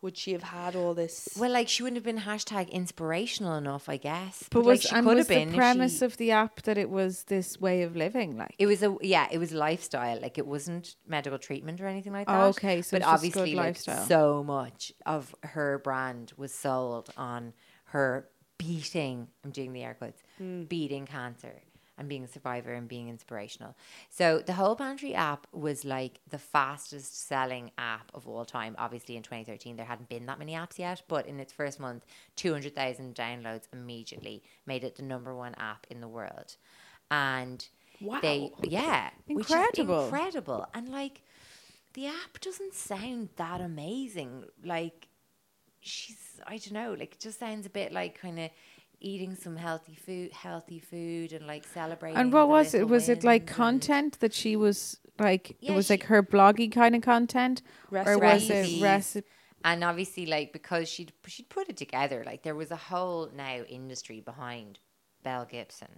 Speaker 3: Would she have had all this?
Speaker 2: well like she wouldn't have been hashtag inspirational enough i guess
Speaker 1: But
Speaker 2: like,
Speaker 1: was
Speaker 2: she
Speaker 1: and
Speaker 2: could
Speaker 1: was
Speaker 2: have been
Speaker 1: the
Speaker 2: if
Speaker 1: premise
Speaker 2: she-
Speaker 1: of the app that it was this way of living? Like
Speaker 2: It was a yeah, it was lifestyle. Like it wasn't medical treatment or anything like that.
Speaker 1: Oh, okay, so
Speaker 2: but
Speaker 1: it's just
Speaker 2: obviously,
Speaker 1: good
Speaker 2: like,
Speaker 1: lifestyle.
Speaker 2: so much of her brand was sold on her beating. I'm doing the air quotes, beating cancer and being a survivor and being inspirational. So the whole pantry app was like the fastest selling app of all time. Obviously, in 2013, there hadn't been that many apps yet, but in its first month, 200,000 downloads immediately made it the number one app in the world, and they yeah which is
Speaker 1: Incredible.
Speaker 2: incredible and like the app doesn't sound that amazing like she's i don't know like it just sounds a bit like kind of eating some healthy food healthy food and like celebrating
Speaker 1: And what
Speaker 2: the
Speaker 1: was it?
Speaker 2: little
Speaker 1: Was it like
Speaker 2: wins and-
Speaker 1: content that she was like?
Speaker 2: Yeah,
Speaker 1: it was like
Speaker 2: she-
Speaker 1: her bloggy kind of content, or was
Speaker 2: Recipes.
Speaker 1: it recipe?
Speaker 2: and obviously like because she'd she'd put it together like there was a whole now industry behind belle gibson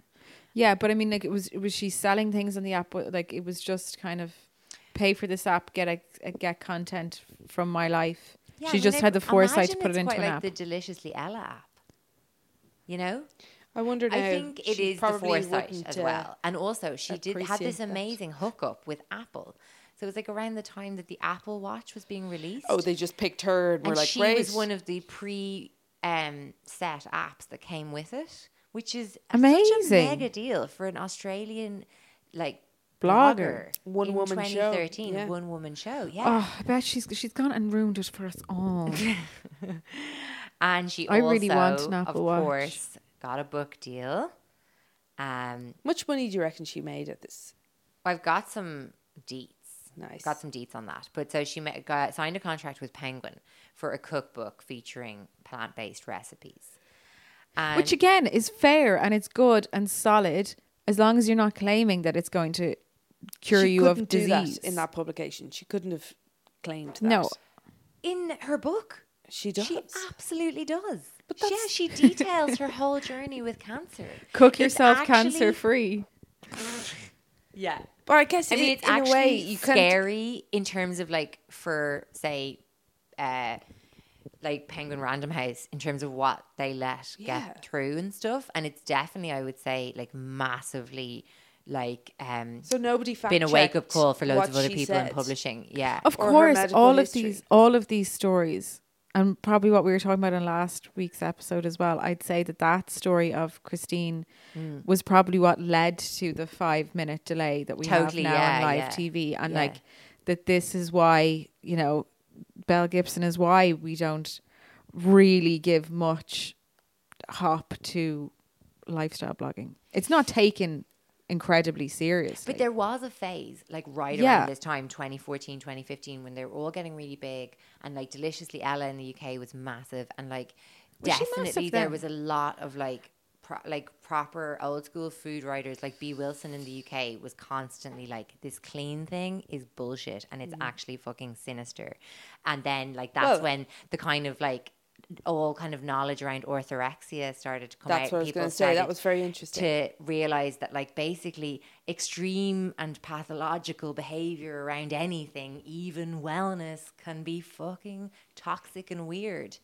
Speaker 1: Yeah, but I mean, like, it was was she selling things on the app? Wa- Like, it was just kind of pay for this app, get a, a- get content from my life.
Speaker 2: Yeah, I
Speaker 1: she
Speaker 2: mean,
Speaker 1: just
Speaker 2: I
Speaker 1: had the
Speaker 2: b-
Speaker 1: foresight to
Speaker 2: imagine
Speaker 1: put it
Speaker 2: it's
Speaker 1: into
Speaker 2: quite
Speaker 1: an
Speaker 2: like
Speaker 1: app.
Speaker 2: the deliciously ella app you know
Speaker 3: I wonder.
Speaker 2: I
Speaker 3: now,
Speaker 2: think it
Speaker 3: she
Speaker 2: is the
Speaker 3: probably
Speaker 2: foresight
Speaker 3: wouldn't,
Speaker 2: as
Speaker 3: uh,
Speaker 2: well. And also, she did have
Speaker 3: appreciate
Speaker 2: this
Speaker 3: that.
Speaker 2: amazing hookup with Apple. So it was like around the time that the Apple Watch was being released.
Speaker 3: Oh, they just picked her, and,
Speaker 2: and
Speaker 3: we're like,
Speaker 2: she
Speaker 3: great.
Speaker 2: was one of the pre um, set apps that came with it, which is such a
Speaker 1: Amazing.
Speaker 2: mega deal for an Australian like
Speaker 1: Blogger.
Speaker 2: blogger,
Speaker 3: One
Speaker 2: in
Speaker 3: woman show,
Speaker 2: 2013,
Speaker 3: yeah. Ah,
Speaker 2: one woman show. Yeah,
Speaker 1: Oh, I bet she's she's gone and ruined it for us all.
Speaker 2: and she
Speaker 1: I
Speaker 2: also,
Speaker 1: really want an
Speaker 2: of
Speaker 1: Apple Watch.
Speaker 2: course, got a book deal. Um,
Speaker 3: Much money do you reckon she made at this?
Speaker 2: I've got some deets.
Speaker 3: Nice.
Speaker 2: Got some deets on that. But so she ma- got, signed a contract with Penguin for a cookbook featuring plant based recipes. And
Speaker 1: Which again is fair and it's good and solid as long as you're not claiming that it's going to cure
Speaker 3: she
Speaker 1: you of
Speaker 3: couldn't do
Speaker 1: disease.
Speaker 3: that in that publication. She couldn't have claimed that.
Speaker 1: No.
Speaker 2: in her book,
Speaker 3: she does.
Speaker 2: she absolutely does. But yeah,
Speaker 3: But that's-
Speaker 2: she details her whole journey with cancer.
Speaker 1: Cook
Speaker 2: It's
Speaker 1: yourself
Speaker 2: actually-
Speaker 1: cancer free.
Speaker 2: Yeah.
Speaker 3: but I guess
Speaker 2: I
Speaker 3: it-
Speaker 2: mean, it's
Speaker 3: in
Speaker 2: actually
Speaker 3: a way you can't.
Speaker 2: scary in terms of like for say, uh, like Penguin Random House in terms of what they let
Speaker 3: Yeah.
Speaker 2: get through and stuff. And it's definitely, I would say, like massively, like um,
Speaker 3: So nobody fact
Speaker 2: been a wake up
Speaker 3: checked
Speaker 2: call for loads
Speaker 3: what
Speaker 2: of other
Speaker 3: she
Speaker 2: people in
Speaker 3: said.
Speaker 2: publishing. Yeah,
Speaker 1: Of
Speaker 3: Or her
Speaker 1: course,
Speaker 3: medical
Speaker 1: all of
Speaker 3: history.
Speaker 1: these all of these stories and probably what we were talking about in last week's episode as well, I'd say that that story of Christine was probably what led to the five minute delay that we
Speaker 2: Totally,
Speaker 1: have now on
Speaker 2: yeah,
Speaker 1: live
Speaker 2: yeah.
Speaker 1: TV, and
Speaker 2: Yeah.
Speaker 1: like that this is why you know Bell Gibson is why we don't really give much hop to lifestyle blogging. It's not taken incredibly seriously.
Speaker 2: But there was a phase, like right
Speaker 1: Yeah.
Speaker 2: around this time, 2014, 2015, when they were all getting really big. And like Deliciously Ella in the UK was massive. And like
Speaker 1: Was she
Speaker 2: definitely
Speaker 1: massive
Speaker 2: there
Speaker 1: then?
Speaker 2: was a lot of like, pro- like proper old school food writers like B Wilson in the UK was constantly like this clean thing is bullshit and it's actually fucking sinister and then like that's
Speaker 3: Mm. Well-
Speaker 2: when the kind of like all kind of knowledge around orthorexia started to come
Speaker 3: That's
Speaker 2: out
Speaker 3: what I was
Speaker 2: People
Speaker 3: gonna say. That
Speaker 2: started
Speaker 3: was very interesting.
Speaker 2: to to realize that like basically extreme and pathological behavior around anything even wellness can be fucking toxic and weird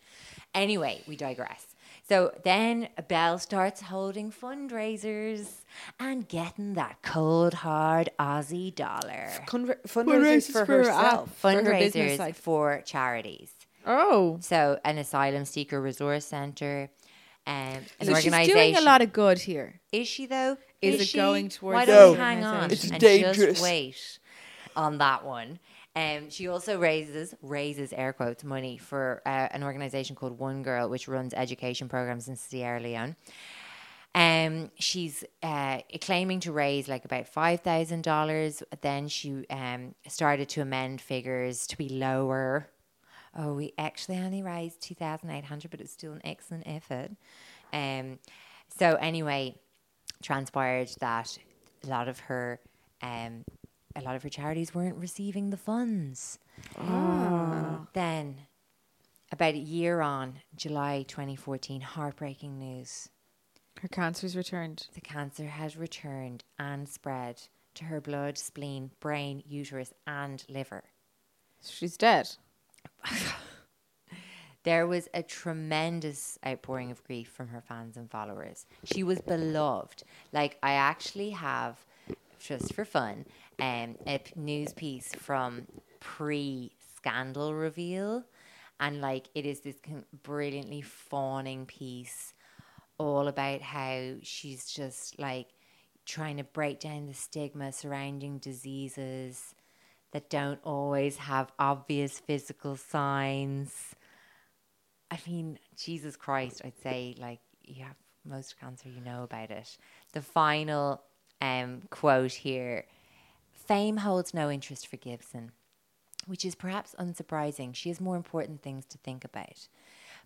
Speaker 2: anyway we digress so then Belle starts holding fundraisers and getting that cold hard Aussie dollar.
Speaker 3: Conver- fundraisers for,
Speaker 1: for her
Speaker 3: herself.
Speaker 1: For her business
Speaker 2: fundraisers
Speaker 1: side.
Speaker 2: for charities.
Speaker 1: oh,
Speaker 2: So an asylum seeker resource center, um, an
Speaker 1: so she's
Speaker 2: organization.
Speaker 1: doing a lot of good here.
Speaker 2: Is she though?
Speaker 1: Is it
Speaker 2: she?
Speaker 1: going towards
Speaker 2: Why
Speaker 1: the
Speaker 2: don't we
Speaker 1: No.
Speaker 2: hang on?
Speaker 3: It's
Speaker 2: and
Speaker 3: dangerous.
Speaker 2: Just wait on that one. Um, she also raises raises air quotes money for uh, an organization called One Girl, which runs education programs in Sierra Leone. Um, she's uh, claiming to raise like about five thousand dollars. Then she um, started to amend figures to be lower. Oh, we actually only raised two thousand eight hundred, but it's still an excellent effort. Um, so anyway, transpired that a lot of her, um, a lot of her charities weren't receiving the funds. Then, about a year on, July twenty fourteen, heartbreaking news.
Speaker 1: Her cancer's returned.
Speaker 2: The cancer has returned and spread to her blood, spleen, brain, uterus, and liver.
Speaker 1: She's dead.
Speaker 2: There was a tremendous outpouring of grief from her fans and followers. She was beloved. Like, I actually have, just for fun, um, a p- news piece from pre scandal reveal. And, like, it is this con- brilliantly fawning piece all about how she's just like trying to break down the stigma surrounding diseases that don't always have obvious physical signs. I mean, Jesus Christ, I'd say like you have most cancer, you know about it. The final um, quote here fame holds no interest for Gibson, which is perhaps unsurprising. She has more important things to think about.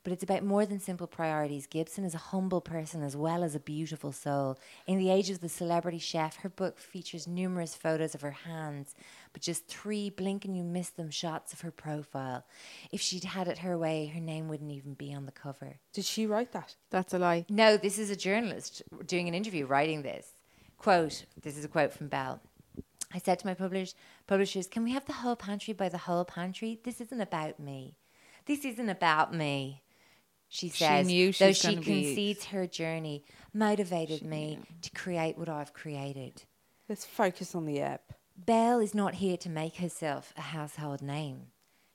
Speaker 2: But it's about more than simple priorities. Gibson is a humble person as well as a beautiful soul. In the age of the celebrity chef, her book features numerous photos of her hands, but just three blink and you miss them shots of her profile. If she'd had it her way, her name wouldn't even be on the cover.
Speaker 3: Did she write that?
Speaker 1: That's a lie.
Speaker 2: No, this is a journalist doing an interview writing this. Quote, this is a quote from Bell. I said to my publish- publishers, can we have the whole pantry by the whole pantry? This isn't about me. This isn't about me. She says,
Speaker 1: knew she
Speaker 2: though
Speaker 1: was
Speaker 2: she
Speaker 1: gonna be-
Speaker 2: concedes her journey, motivated me to create what I've created.
Speaker 3: Let's focus on the app.
Speaker 2: Belle is not here to make herself a household name.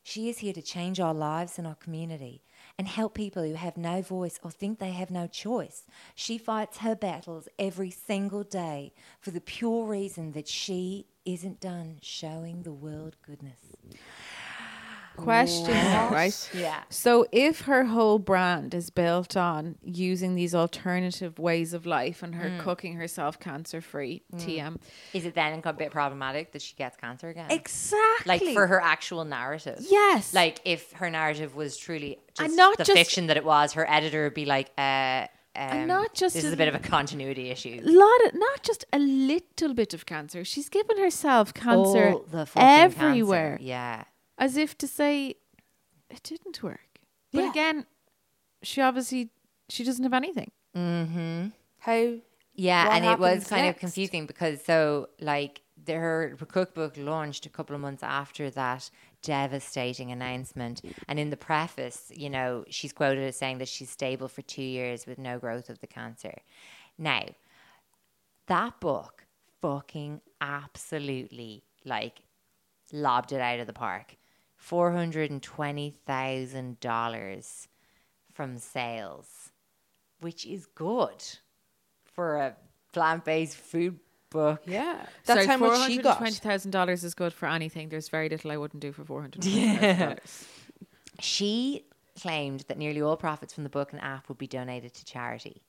Speaker 2: She is here to change our lives and our community and help people who have no voice or think they have no choice. She fights her battles every single day for the pure reason that she isn't done showing the world goodness.
Speaker 1: Question, though, right?
Speaker 2: Yeah.
Speaker 1: So if her whole brand is built on using these alternative ways of life and her
Speaker 2: Mm.
Speaker 1: cooking herself cancer free, TM.
Speaker 2: Is it then a bit problematic that she gets cancer again?
Speaker 1: Exactly.
Speaker 2: like for her actual narrative.
Speaker 1: Yes.
Speaker 2: Like if her narrative was truly just
Speaker 1: And not
Speaker 2: the
Speaker 1: just-
Speaker 2: fiction that it was, her editor would be like, uh, um,
Speaker 1: not just
Speaker 2: this is
Speaker 1: a-
Speaker 2: a bit of a continuity issue.
Speaker 1: lot of not just a little bit of cancer. She's given herself cancer
Speaker 2: All Oh, the fucking cancer.
Speaker 1: everywhere.
Speaker 2: Yeah.
Speaker 1: As if to say it didn't work. But
Speaker 2: Yeah.
Speaker 1: again, she obviously she doesn't have anything.
Speaker 3: How?
Speaker 2: Yeah,
Speaker 3: What
Speaker 2: and it was
Speaker 3: happens
Speaker 2: kind
Speaker 3: next?
Speaker 2: of confusing because so like the, her cookbook launched a couple of months after that devastating announcement, and in the preface, you know, she's quoted as saying that she's stable for two years with no growth of the cancer. Now, that book fucking absolutely like lobbed it out of the park. four hundred and twenty thousand dollars from sales, which is good for a plant-based food book.
Speaker 3: Yeah. That's how much she got.
Speaker 1: Twenty thousand dollars is good for anything. There's very little I wouldn't do for four hundred. Yeah.
Speaker 2: She claimed that nearly all profits from the book and app would be donated to charity.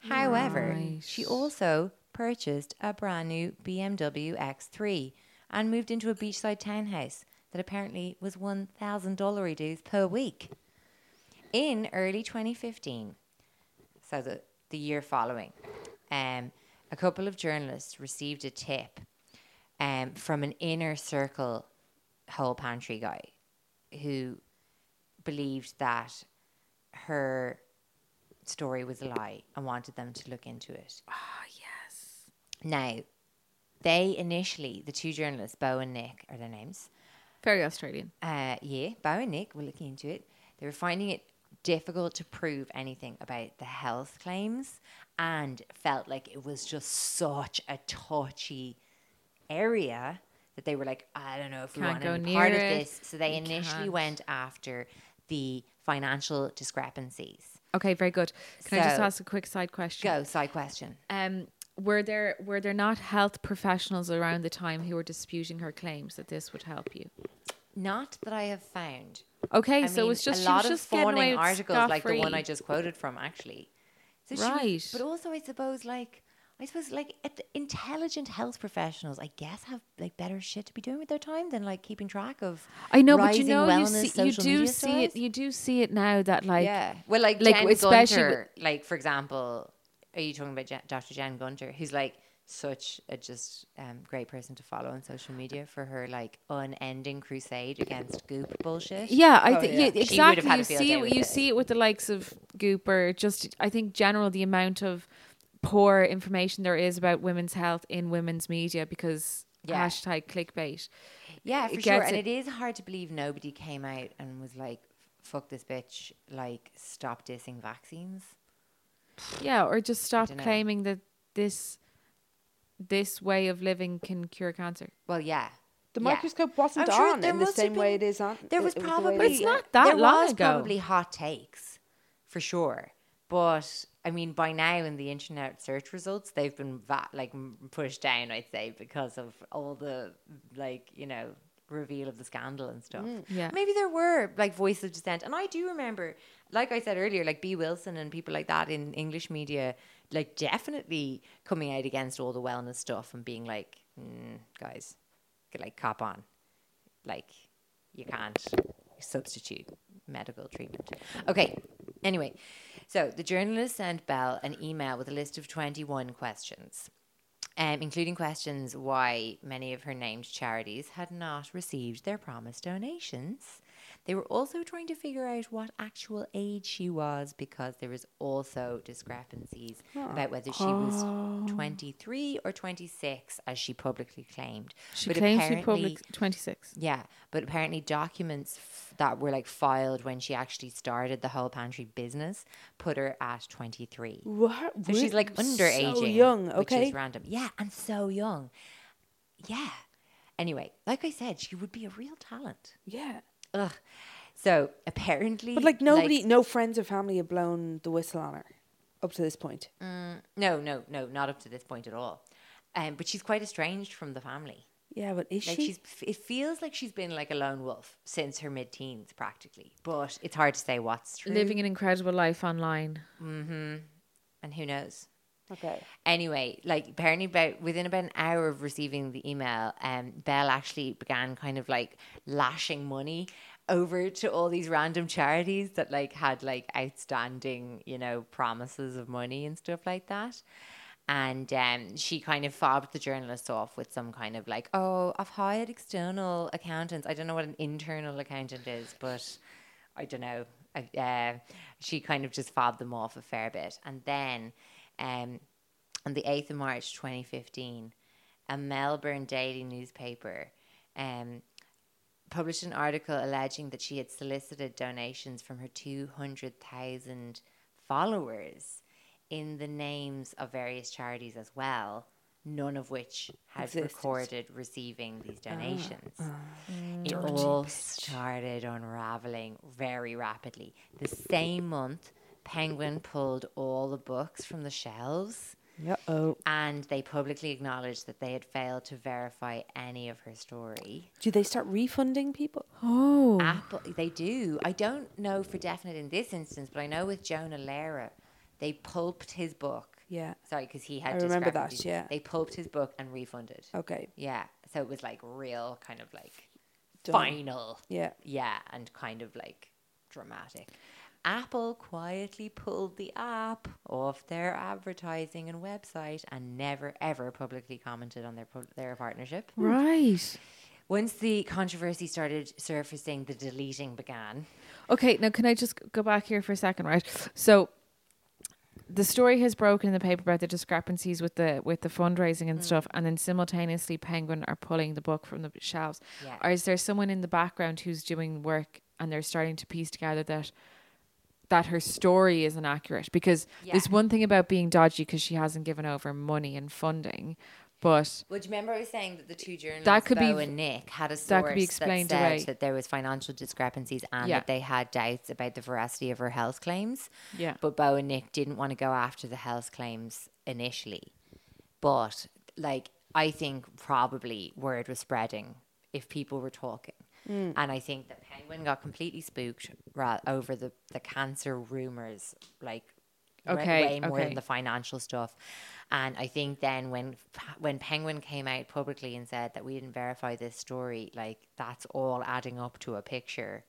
Speaker 2: However, she also purchased a brand new BMW X3 and moved into a beachside townhouse that apparently was $1,000 dues per week. In early 2015, so the, the year following, um, a couple of journalists received a tip um, from an inner circle whole pantry guy who believed that her story was a lie and wanted them to look into it. Ah, yes. Now, they initially, the two journalists, Bo and Nick, are their names.
Speaker 1: Very Australian.
Speaker 2: Uh, yeah, Bo and Nick were looking into it. They were finding it difficult to prove anything about the health claims and felt like it was just such a touchy area that they were like, I don't know if
Speaker 1: Can't
Speaker 2: we
Speaker 1: go
Speaker 2: want any
Speaker 1: near
Speaker 2: part of
Speaker 1: it.
Speaker 2: this. So they initially went after the financial discrepancies.
Speaker 1: Okay, very good. Can I just
Speaker 2: So-
Speaker 1: ask a quick side question?
Speaker 2: Go, side question.
Speaker 1: Um, were there were there not health professionals around the time who were disputing her claims that this would help you?
Speaker 2: Not that I have found.
Speaker 1: Okay,
Speaker 2: I
Speaker 1: so it was
Speaker 2: mean,
Speaker 1: just
Speaker 2: a
Speaker 1: she was
Speaker 2: lot of
Speaker 1: just getting away
Speaker 2: fawning
Speaker 1: with
Speaker 2: articles like the one
Speaker 1: scot-free.
Speaker 2: I just quoted from, actually. So she was-
Speaker 1: Right.
Speaker 2: but also, I suppose, like I suppose, like at- intelligent health professionals, I guess, have like better shit to be doing with their time than like keeping track of.
Speaker 1: I know, but you
Speaker 2: rising
Speaker 1: know, you
Speaker 2: wellness
Speaker 1: see, you
Speaker 2: social
Speaker 1: do
Speaker 2: media
Speaker 1: see it.
Speaker 2: stars.
Speaker 1: You do see it now that like
Speaker 2: yeah. Well, like
Speaker 1: like,
Speaker 2: Jen
Speaker 1: especially
Speaker 2: Gunter, like for example, are you talking about Je- Dr. Jen Gunter, who's like such a just um, great person to follow on social media for her like unending crusade against goop bullshit? Oh,
Speaker 1: Yeah, I think yeah.
Speaker 2: She would have
Speaker 1: exactly.
Speaker 2: had
Speaker 1: You
Speaker 2: a field
Speaker 1: see
Speaker 2: day
Speaker 1: it.
Speaker 2: with
Speaker 1: You
Speaker 2: it.
Speaker 1: see it with the likes of Gooper. Just I think general the amount of poor information there is about women's health in women's media because
Speaker 2: Yeah.
Speaker 1: hashtag clickbait.
Speaker 2: Yeah,
Speaker 1: It
Speaker 2: for sure.
Speaker 1: gets
Speaker 2: And
Speaker 1: it-
Speaker 2: it is hard to believe nobody came out and was like, fuck this bitch, like, stop dissing vaccines.
Speaker 1: Yeah, or just stop
Speaker 2: dunno.
Speaker 1: claiming that this this way of living can cure cancer.
Speaker 2: Well, yeah.
Speaker 3: The
Speaker 2: yeah.
Speaker 3: microscope wasn't
Speaker 2: I'm sure
Speaker 3: on
Speaker 2: there
Speaker 3: in the
Speaker 2: must have
Speaker 3: same way it
Speaker 2: been-
Speaker 3: is on.
Speaker 2: There
Speaker 3: i-
Speaker 2: was
Speaker 3: with the way
Speaker 2: probably.
Speaker 3: it
Speaker 1: But it's
Speaker 3: is.
Speaker 1: not that
Speaker 2: there
Speaker 1: long
Speaker 2: was
Speaker 1: ago.
Speaker 2: probably hot takes, for sure. But, I mean, by now in the internet search results, they've been, va- like, m- pushed down, I'd say, because of all the, like, you know, reveal of the scandal and stuff.
Speaker 1: Yeah.
Speaker 2: Maybe there were like voices of dissent. And I do remember, like I said earlier, like B. Wilson and people like that in English media, like definitely coming out against all the wellness stuff and being like, mm, guys, get, like cop on. Like, you can't substitute medical treatment. Okay. Anyway, so the journalist sent Bell an email with a list of 21 questions um, including questions why many of her named charities had not received their promised donations. They were also trying to figure out what actual age she was because there was also discrepancies
Speaker 1: Oh,
Speaker 2: about whether she was 23 or 26 as she publicly claimed.
Speaker 1: She claims to be
Speaker 2: apparently- Mm.
Speaker 1: public twenty six.
Speaker 2: yeah, but apparently documents f- that were like filed when she actually started the whole pantry business put her at 23.
Speaker 3: What?
Speaker 2: So she's like underaging.
Speaker 3: So young,
Speaker 2: Which
Speaker 3: okay.
Speaker 2: is random. Yeah, and so young. Yeah. Anyway, like I said, she would be a real talent.
Speaker 3: Yeah.
Speaker 2: Ugh. So apparently.
Speaker 3: But like nobody, no friends or family have blown the whistle on her up to this point.
Speaker 2: Mm. no, no, no, not up to this point at all. Um, but she's quite estranged from the family.
Speaker 3: Yeah, but is
Speaker 2: Like
Speaker 3: she?
Speaker 2: she's, it feels like she's been like a lone wolf since her mid-teens, practically. But it's hard to say what's true,
Speaker 1: Living an incredible life online.
Speaker 2: and who knows.
Speaker 3: okay.
Speaker 2: anyway, like apparently about within about an hour of receiving the email, um, Bell actually began kind of like lashing money over to all these random charities that like had like outstanding, you know, promises of money and stuff like that. And um, she kind of fobbed the journalists off with some kind of like, oh, I've hired external accountants. I don't know what an internal accountant is, but I don't know. I, uh, she kind of just fobbed them off a fair bit. And then um, on the 8th of March 2015, a Melbourne daily newspaper um, published an article alleging that she had solicited donations from her 200,000 followers in the names of various charities as well, none of which has
Speaker 3: Existed.
Speaker 2: recorded receiving these donations. it all started unraveling very rapidly. The same month, Penguin pulled all the books from the shelves
Speaker 3: oh.
Speaker 2: and they publicly acknowledged that they had failed to verify any of her story.
Speaker 3: Do they start refunding people?
Speaker 2: Apple, they do. I don't know for definite in this instance, but I know with Jonah Lehrer, they pulped his book.
Speaker 3: Yeah.
Speaker 2: Sorry, because he had.
Speaker 3: I remember that,
Speaker 2: discrepancies.
Speaker 3: yeah.
Speaker 2: They pulped his book and refunded.
Speaker 3: Okay.
Speaker 2: Yeah. So it was like real, kind of like
Speaker 3: Done.
Speaker 2: final.
Speaker 3: Yeah.
Speaker 2: Yeah, and kind of like dramatic. Apple quietly pulled the app off their advertising and website and never ever publicly commented on their pu- their partnership.
Speaker 1: Right.
Speaker 2: Once the controversy started surfacing, the deleting began.
Speaker 1: Okay, now can I just go back here for a second, right? So the story has broken in the paper about the discrepancies with the with the fundraising
Speaker 2: Mm.
Speaker 1: and stuff, and then simultaneously Penguin are pulling the book from the shelves.
Speaker 2: Yeah.
Speaker 1: Or is there someone in the background who's doing work and they're starting to piece together that that her story isn't accurate? Because there's
Speaker 2: Yeah.
Speaker 1: one thing about being dodgy because she hasn't given over money and funding, but
Speaker 2: Well, do you remember I was saying that the two journalists,
Speaker 1: That could
Speaker 2: Bo
Speaker 1: be-
Speaker 2: and Nick, had a source
Speaker 1: that
Speaker 2: that,
Speaker 1: could be explained
Speaker 2: said
Speaker 1: away.
Speaker 2: that there was financial discrepancies and
Speaker 1: Yeah.
Speaker 2: that they had doubts about the veracity of her health claims.
Speaker 1: Yeah.
Speaker 2: But Bo and Nick didn't want to go after the health claims initially. But like, I think probably word was spreading if people were talking.
Speaker 1: Mm.
Speaker 2: And I think that Penguin got completely spooked ra- over the, the cancer rumors, like wa-
Speaker 1: Okay,
Speaker 2: way more
Speaker 1: okay.
Speaker 2: than the financial stuff. And I think then when when Penguin came out publicly and said that we didn't verify this story, like that's all adding up to a picture.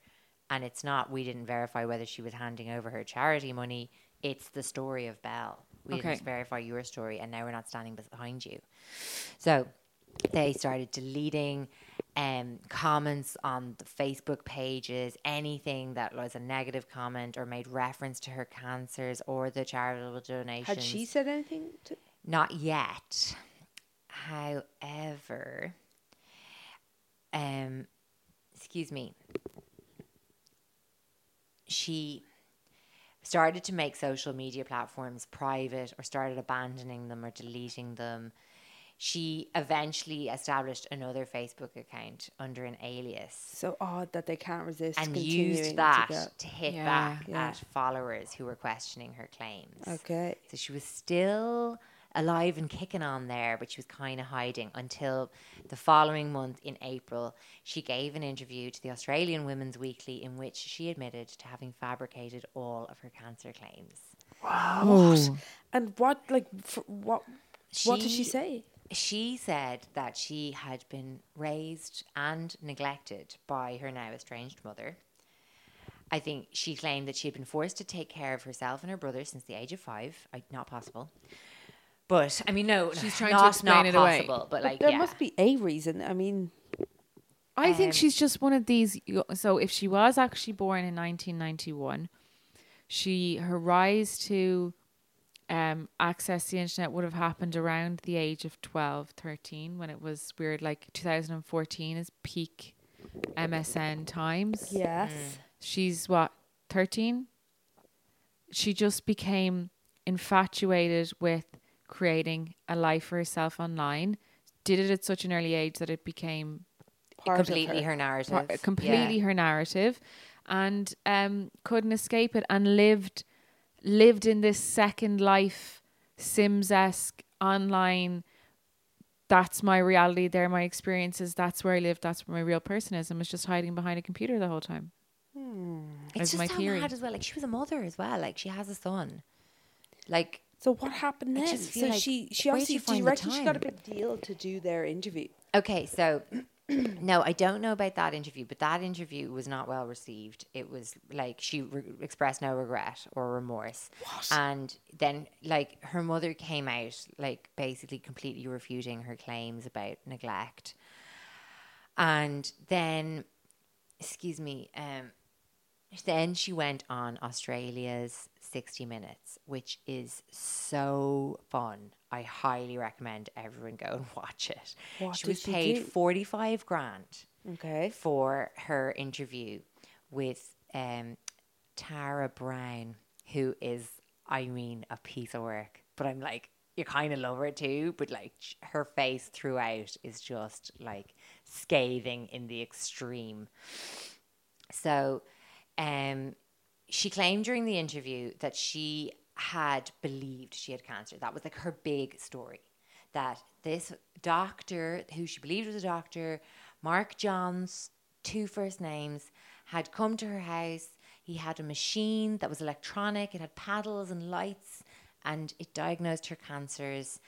Speaker 2: And it's not we didn't verify whether she was handing over her charity money. It's the story of Belle. We
Speaker 1: Okay.
Speaker 2: didn't verify your story, and now we're not standing behind you. So they started deleting um, comments on the Facebook pages, anything that was a negative comment or made reference to her cancers or the charitable donations.
Speaker 3: Had she said anything? To,
Speaker 2: Not yet. However, um, excuse me. She started to make social media platforms private or started abandoning them or deleting them. She eventually established another Facebook account under an alias
Speaker 3: so odd that they can't resist
Speaker 2: and
Speaker 3: continuing
Speaker 2: used
Speaker 3: To
Speaker 2: that
Speaker 3: go.
Speaker 2: to hit
Speaker 1: Yeah.
Speaker 2: back
Speaker 3: Yeah.
Speaker 2: at followers who were questioning her claims.
Speaker 3: Okay.
Speaker 2: So she was still alive and kicking on there, but she was kind of hiding until the following month in April, she gave an interview to the Australian Women's Weekly in which she admitted to having fabricated all of her cancer claims.
Speaker 3: And what, like, f what? what did
Speaker 2: She-
Speaker 3: she say?
Speaker 2: She said that she had been raised and neglected by her now estranged mother. I think she claimed that she had been forced to take care of herself and her brother since the age of five. I, not possible. But I mean, no,
Speaker 1: She's trying to
Speaker 2: not,
Speaker 1: explain
Speaker 2: not
Speaker 1: it away.
Speaker 2: possible, But like,
Speaker 3: there
Speaker 2: yeah.
Speaker 3: must be a reason. I mean,
Speaker 1: I think she's just one of these. y- So if she was actually born in 1991, she her rise to um, access the internet would have happened around the age of 12, 13, when it was weird. Like 2014 is peak MSN times.
Speaker 3: yes.
Speaker 1: She's what, 13? She just became infatuated with creating a life for herself online. Did it at such an early age that it became
Speaker 3: Part of
Speaker 2: completely her, narrative,
Speaker 1: par-
Speaker 2: Yeah.
Speaker 1: completely her narrative and um, couldn't escape it and lived lived in this second life sims-esque online that's my reality they're my experiences that's where i live that's where my real person is and was just hiding behind a computer the whole time
Speaker 2: It's
Speaker 1: is
Speaker 2: just
Speaker 1: my
Speaker 2: so
Speaker 1: theory.
Speaker 2: mad as well. Like she was a mother as well. Like she has a son. Like
Speaker 3: So what happened
Speaker 2: I
Speaker 3: then?
Speaker 2: just feel
Speaker 3: So
Speaker 2: like,
Speaker 3: she, she
Speaker 2: where did
Speaker 3: obviously,
Speaker 2: you
Speaker 3: do you
Speaker 2: find the
Speaker 3: reckon she got a
Speaker 2: time?
Speaker 3: big deal to do their interview?
Speaker 2: Okay, so no, I don't know about that interview, but that interview was not well received. It was like she re- expressed no regret or remorse. And then, like, her mother came out, like, basically completely refuting her claims about neglect. And then, excuse me, um, then she went on Australia's 60 Minutes, which is so fun. I highly recommend everyone go and watch it.
Speaker 3: What
Speaker 2: she
Speaker 3: did
Speaker 2: was
Speaker 3: she
Speaker 2: paid
Speaker 3: do?
Speaker 2: 45 grand
Speaker 3: Okay.
Speaker 2: for her interview with um, Tara Brown, who is, I mean, a piece of work. But I'm like, you kind of love her too, but like sh- her face throughout is just like scathing in the extreme. So, um, she claimed during the interview that she had believed she had cancer. That was like her big story. That this doctor, who she believed was a doctor, Mark Johns, two first names, had come to her house. He had a machine that was electronic, it had paddles and lights, and it diagnosed her cancers.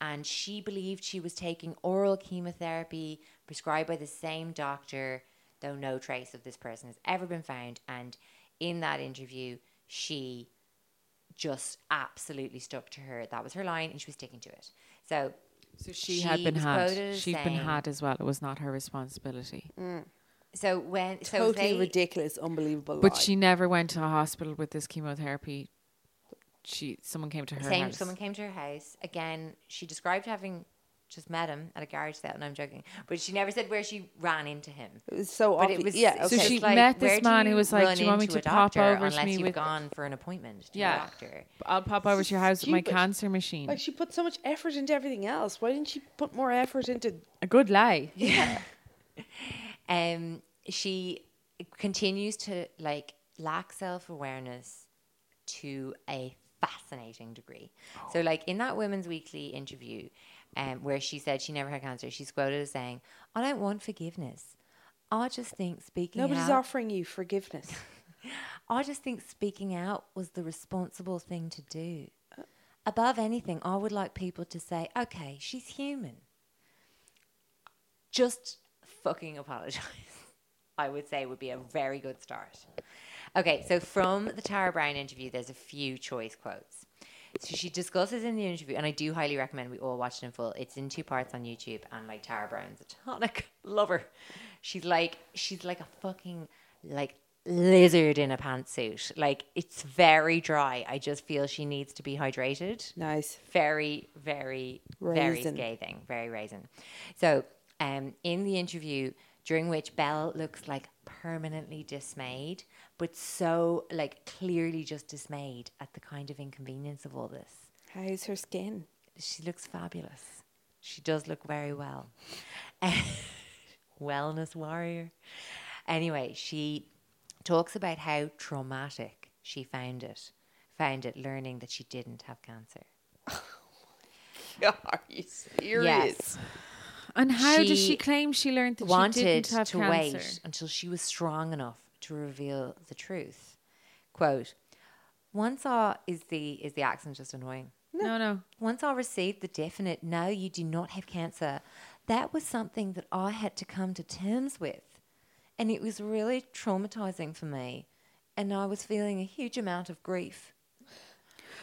Speaker 2: And she believed she was taking oral chemotherapy prescribed by the same doctor though no trace of this person has ever been found. And in that interview, she just absolutely stuck to her. That was her line, and she was sticking to it. So,
Speaker 1: So she, had been
Speaker 2: was
Speaker 1: had.
Speaker 2: quoted as
Speaker 1: She'd been
Speaker 2: saying- Mm.
Speaker 1: had as well. It was not her responsibility.
Speaker 2: So when so
Speaker 3: Totally
Speaker 2: they,
Speaker 3: ridiculous, unbelievable.
Speaker 1: But
Speaker 3: lie.
Speaker 1: she never went to a hospital with this chemotherapy. She someone came to her
Speaker 2: Same.
Speaker 1: house.
Speaker 2: Someone came to her house again. She described having just met him at a garage sale, and I'm joking, but she never said where she ran into him.
Speaker 3: It was so
Speaker 2: But
Speaker 3: obvious.
Speaker 2: it was
Speaker 3: yeah,
Speaker 2: so
Speaker 3: okay.
Speaker 2: it's
Speaker 1: she
Speaker 2: like,
Speaker 1: met this
Speaker 2: where do
Speaker 1: man who
Speaker 2: you
Speaker 1: was like,
Speaker 2: run
Speaker 1: "Do you want me
Speaker 2: into
Speaker 1: to
Speaker 2: a
Speaker 1: pop
Speaker 2: doctor
Speaker 1: over to
Speaker 2: unless
Speaker 1: me
Speaker 2: you've
Speaker 1: with-"
Speaker 2: gone for an appointment to
Speaker 1: Yeah.
Speaker 2: a doctor?"
Speaker 1: I'll pop over to your house with my
Speaker 3: Stupid.
Speaker 1: cancer machine.
Speaker 3: Like she put so much effort into everything else. Why didn't she put more effort into?
Speaker 1: a good lie.
Speaker 2: um, she continues to like lack self awareness to a fascinating degree. So, like in that Women's Weekly interview, um, where she said she never had cancer, she's quoted as saying, "I don't want forgiveness. I just think speaking
Speaker 3: Nobody's
Speaker 2: out.
Speaker 3: offering you forgiveness.
Speaker 2: I just think speaking out was the responsible thing to do. Above anything, I would like people to say, okay, she's human. Just fucking apologize. I would say would be a very good start. Okay, so from the Tara Brown interview, there's a few choice quotes. So she discusses in the interview, and I do highly recommend we all watch it in full. It's in two parts on YouTube, and like Tara Brown's a tonic lover. She's like she's like a fucking like lizard in a pantsuit. Like it's very dry. I just feel she needs to be hydrated
Speaker 3: nice.
Speaker 2: very, very, very
Speaker 3: Raisin.
Speaker 2: scathing, very raisin. So, um, in the interview, during which Belle looks like permanently dismayed, but so like clearly just dismayed at the kind of inconvenience of all this.
Speaker 3: How's her skin?
Speaker 2: She looks fabulous. She does look very well. Wellness warrior. Anyway, she talks about how traumatic she found it, found it learning that she didn't have cancer.
Speaker 3: Are you serious?
Speaker 1: And how does she
Speaker 2: She
Speaker 1: claim she learned that she
Speaker 2: wanted
Speaker 1: didn't
Speaker 2: to
Speaker 1: have cancer?
Speaker 2: wait until she was strong enough to reveal the truth. Quote: Once I is the is the accent just annoying?
Speaker 1: No, no.
Speaker 2: Once I received the definite no, you do not have cancer, that was something that I had to come to terms with. And it was really traumatizing for me. And I was feeling a huge amount of grief,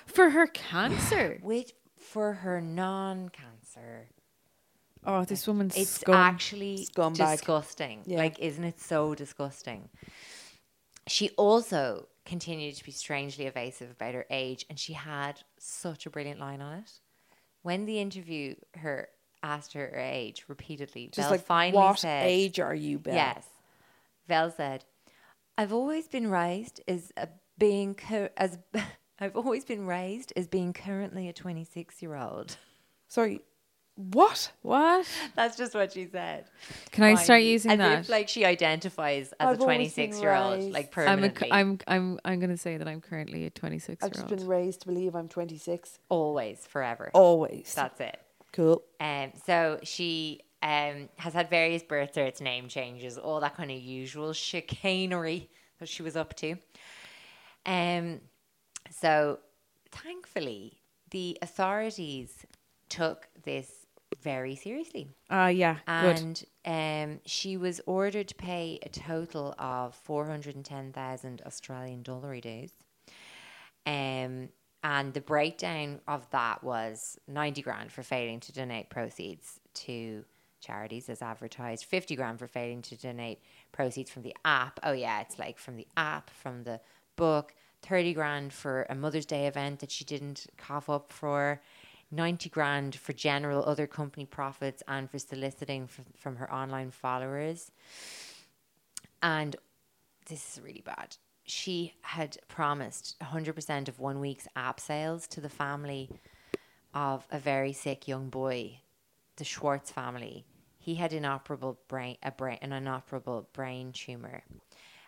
Speaker 1: For her cancer.
Speaker 2: which for her non cancer
Speaker 1: Oh, this woman's
Speaker 2: It's
Speaker 1: scum.
Speaker 2: actually
Speaker 3: Scumbag.
Speaker 2: disgusting.
Speaker 3: Yeah.
Speaker 2: Like, isn't it so disgusting? She also continued to be strangely evasive about her age, and she had such a brilliant line on it. When the interview her asked her her age repeatedly,
Speaker 3: Just
Speaker 2: Belle
Speaker 3: like
Speaker 2: finally
Speaker 3: what
Speaker 2: said,
Speaker 3: age are you, Belle?
Speaker 2: Yes, Vel said, "I've always been raised as a being cur- as I've always been raised as being currently a twenty six year old."
Speaker 3: Sorry. What?
Speaker 1: What?
Speaker 2: That's just what she said.
Speaker 1: Can I start
Speaker 2: Fine.
Speaker 1: using
Speaker 2: as
Speaker 1: that?
Speaker 2: If, like she identifies as
Speaker 3: I've
Speaker 2: a
Speaker 3: always
Speaker 2: 26
Speaker 3: been
Speaker 2: year old,
Speaker 3: raised-
Speaker 2: like
Speaker 1: I'm a,
Speaker 2: permanently.
Speaker 1: I'm I'm I'm going to say that I'm currently a 26
Speaker 3: I've
Speaker 1: year
Speaker 3: just been
Speaker 1: old.
Speaker 3: raised to believe I'm 26.
Speaker 2: always, forever.
Speaker 3: Always.
Speaker 2: That's it.
Speaker 3: cool.
Speaker 2: Um, so she um, has had various birth certs, name changes, all that kind of usual chicanery that she was up to. Um, so thankfully, the authorities took this very seriously.
Speaker 1: Ah, yeah, good.
Speaker 2: and um, she was ordered to pay a total of 410,000 Australian dollary dues. Um, and the breakdown of that was 90 grand for failing to donate proceeds to charities as advertised, 50 grand for failing to donate proceeds from the app. Oh, yeah, it's like from the app, from the book, 30 grand for a Mother's Day event that she didn't cough up for. 90 grand for general other company profits and for soliciting from, from her online followers. And this is really bad. She had promised 100% of one week's app sales to the family of a very sick young boy, the Schwartz family. He had inoperable brain, a brain, an inoperable brain tumor,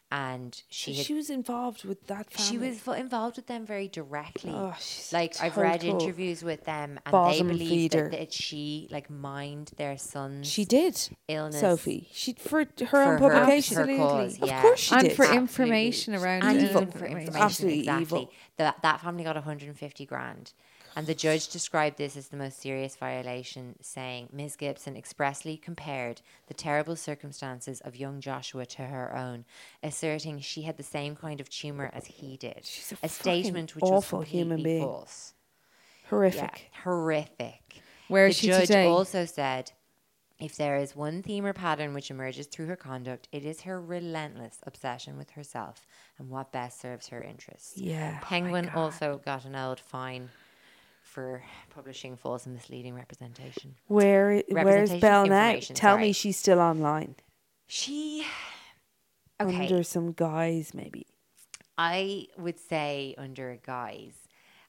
Speaker 2: and she
Speaker 3: She,
Speaker 2: had,
Speaker 3: was involved with that family.
Speaker 2: she was fu- involved with them very directly.
Speaker 3: Oh, she's a
Speaker 2: like I've read
Speaker 3: total
Speaker 2: interviews with them, and
Speaker 3: bottom
Speaker 2: they believe
Speaker 3: feeder.
Speaker 2: that, that she like mined their son's
Speaker 3: She did.
Speaker 2: illness,
Speaker 3: Sophie. She for her
Speaker 2: her-
Speaker 3: own publication.
Speaker 2: her cause, yeah.
Speaker 3: Of course she
Speaker 1: and
Speaker 3: did.
Speaker 1: for
Speaker 2: Absolutely.
Speaker 1: information around
Speaker 2: and
Speaker 1: it.
Speaker 2: even
Speaker 1: Evil.
Speaker 2: for information
Speaker 3: Absolutely
Speaker 2: exactly.
Speaker 3: evil.
Speaker 2: That that family got 150 grand. And the judge described this as the most serious violation, saying Ms. Gibson expressly compared the terrible circumstances of young Joshua to her own, asserting she had the same kind of tumor as he did.
Speaker 3: She's a fucking
Speaker 2: statement which
Speaker 3: awful
Speaker 2: was
Speaker 3: human
Speaker 2: completely
Speaker 3: being.
Speaker 2: false.
Speaker 3: Horrific.
Speaker 2: Yeah, horrific.
Speaker 1: Where
Speaker 2: the
Speaker 1: is she
Speaker 2: judge
Speaker 1: today?
Speaker 2: also said, if there is one theme or pattern which emerges through her conduct, it is her relentless obsession with herself and what best serves her interests.
Speaker 3: Yeah.
Speaker 2: Penguin also got an old fine for publishing false and misleading representation.
Speaker 3: Where where's
Speaker 2: Representation,
Speaker 3: Belle now?
Speaker 2: information,
Speaker 3: Tell
Speaker 2: sorry.
Speaker 3: me she's still online.
Speaker 2: She, okay,
Speaker 3: Under some guys maybe.
Speaker 2: I would say under a guise.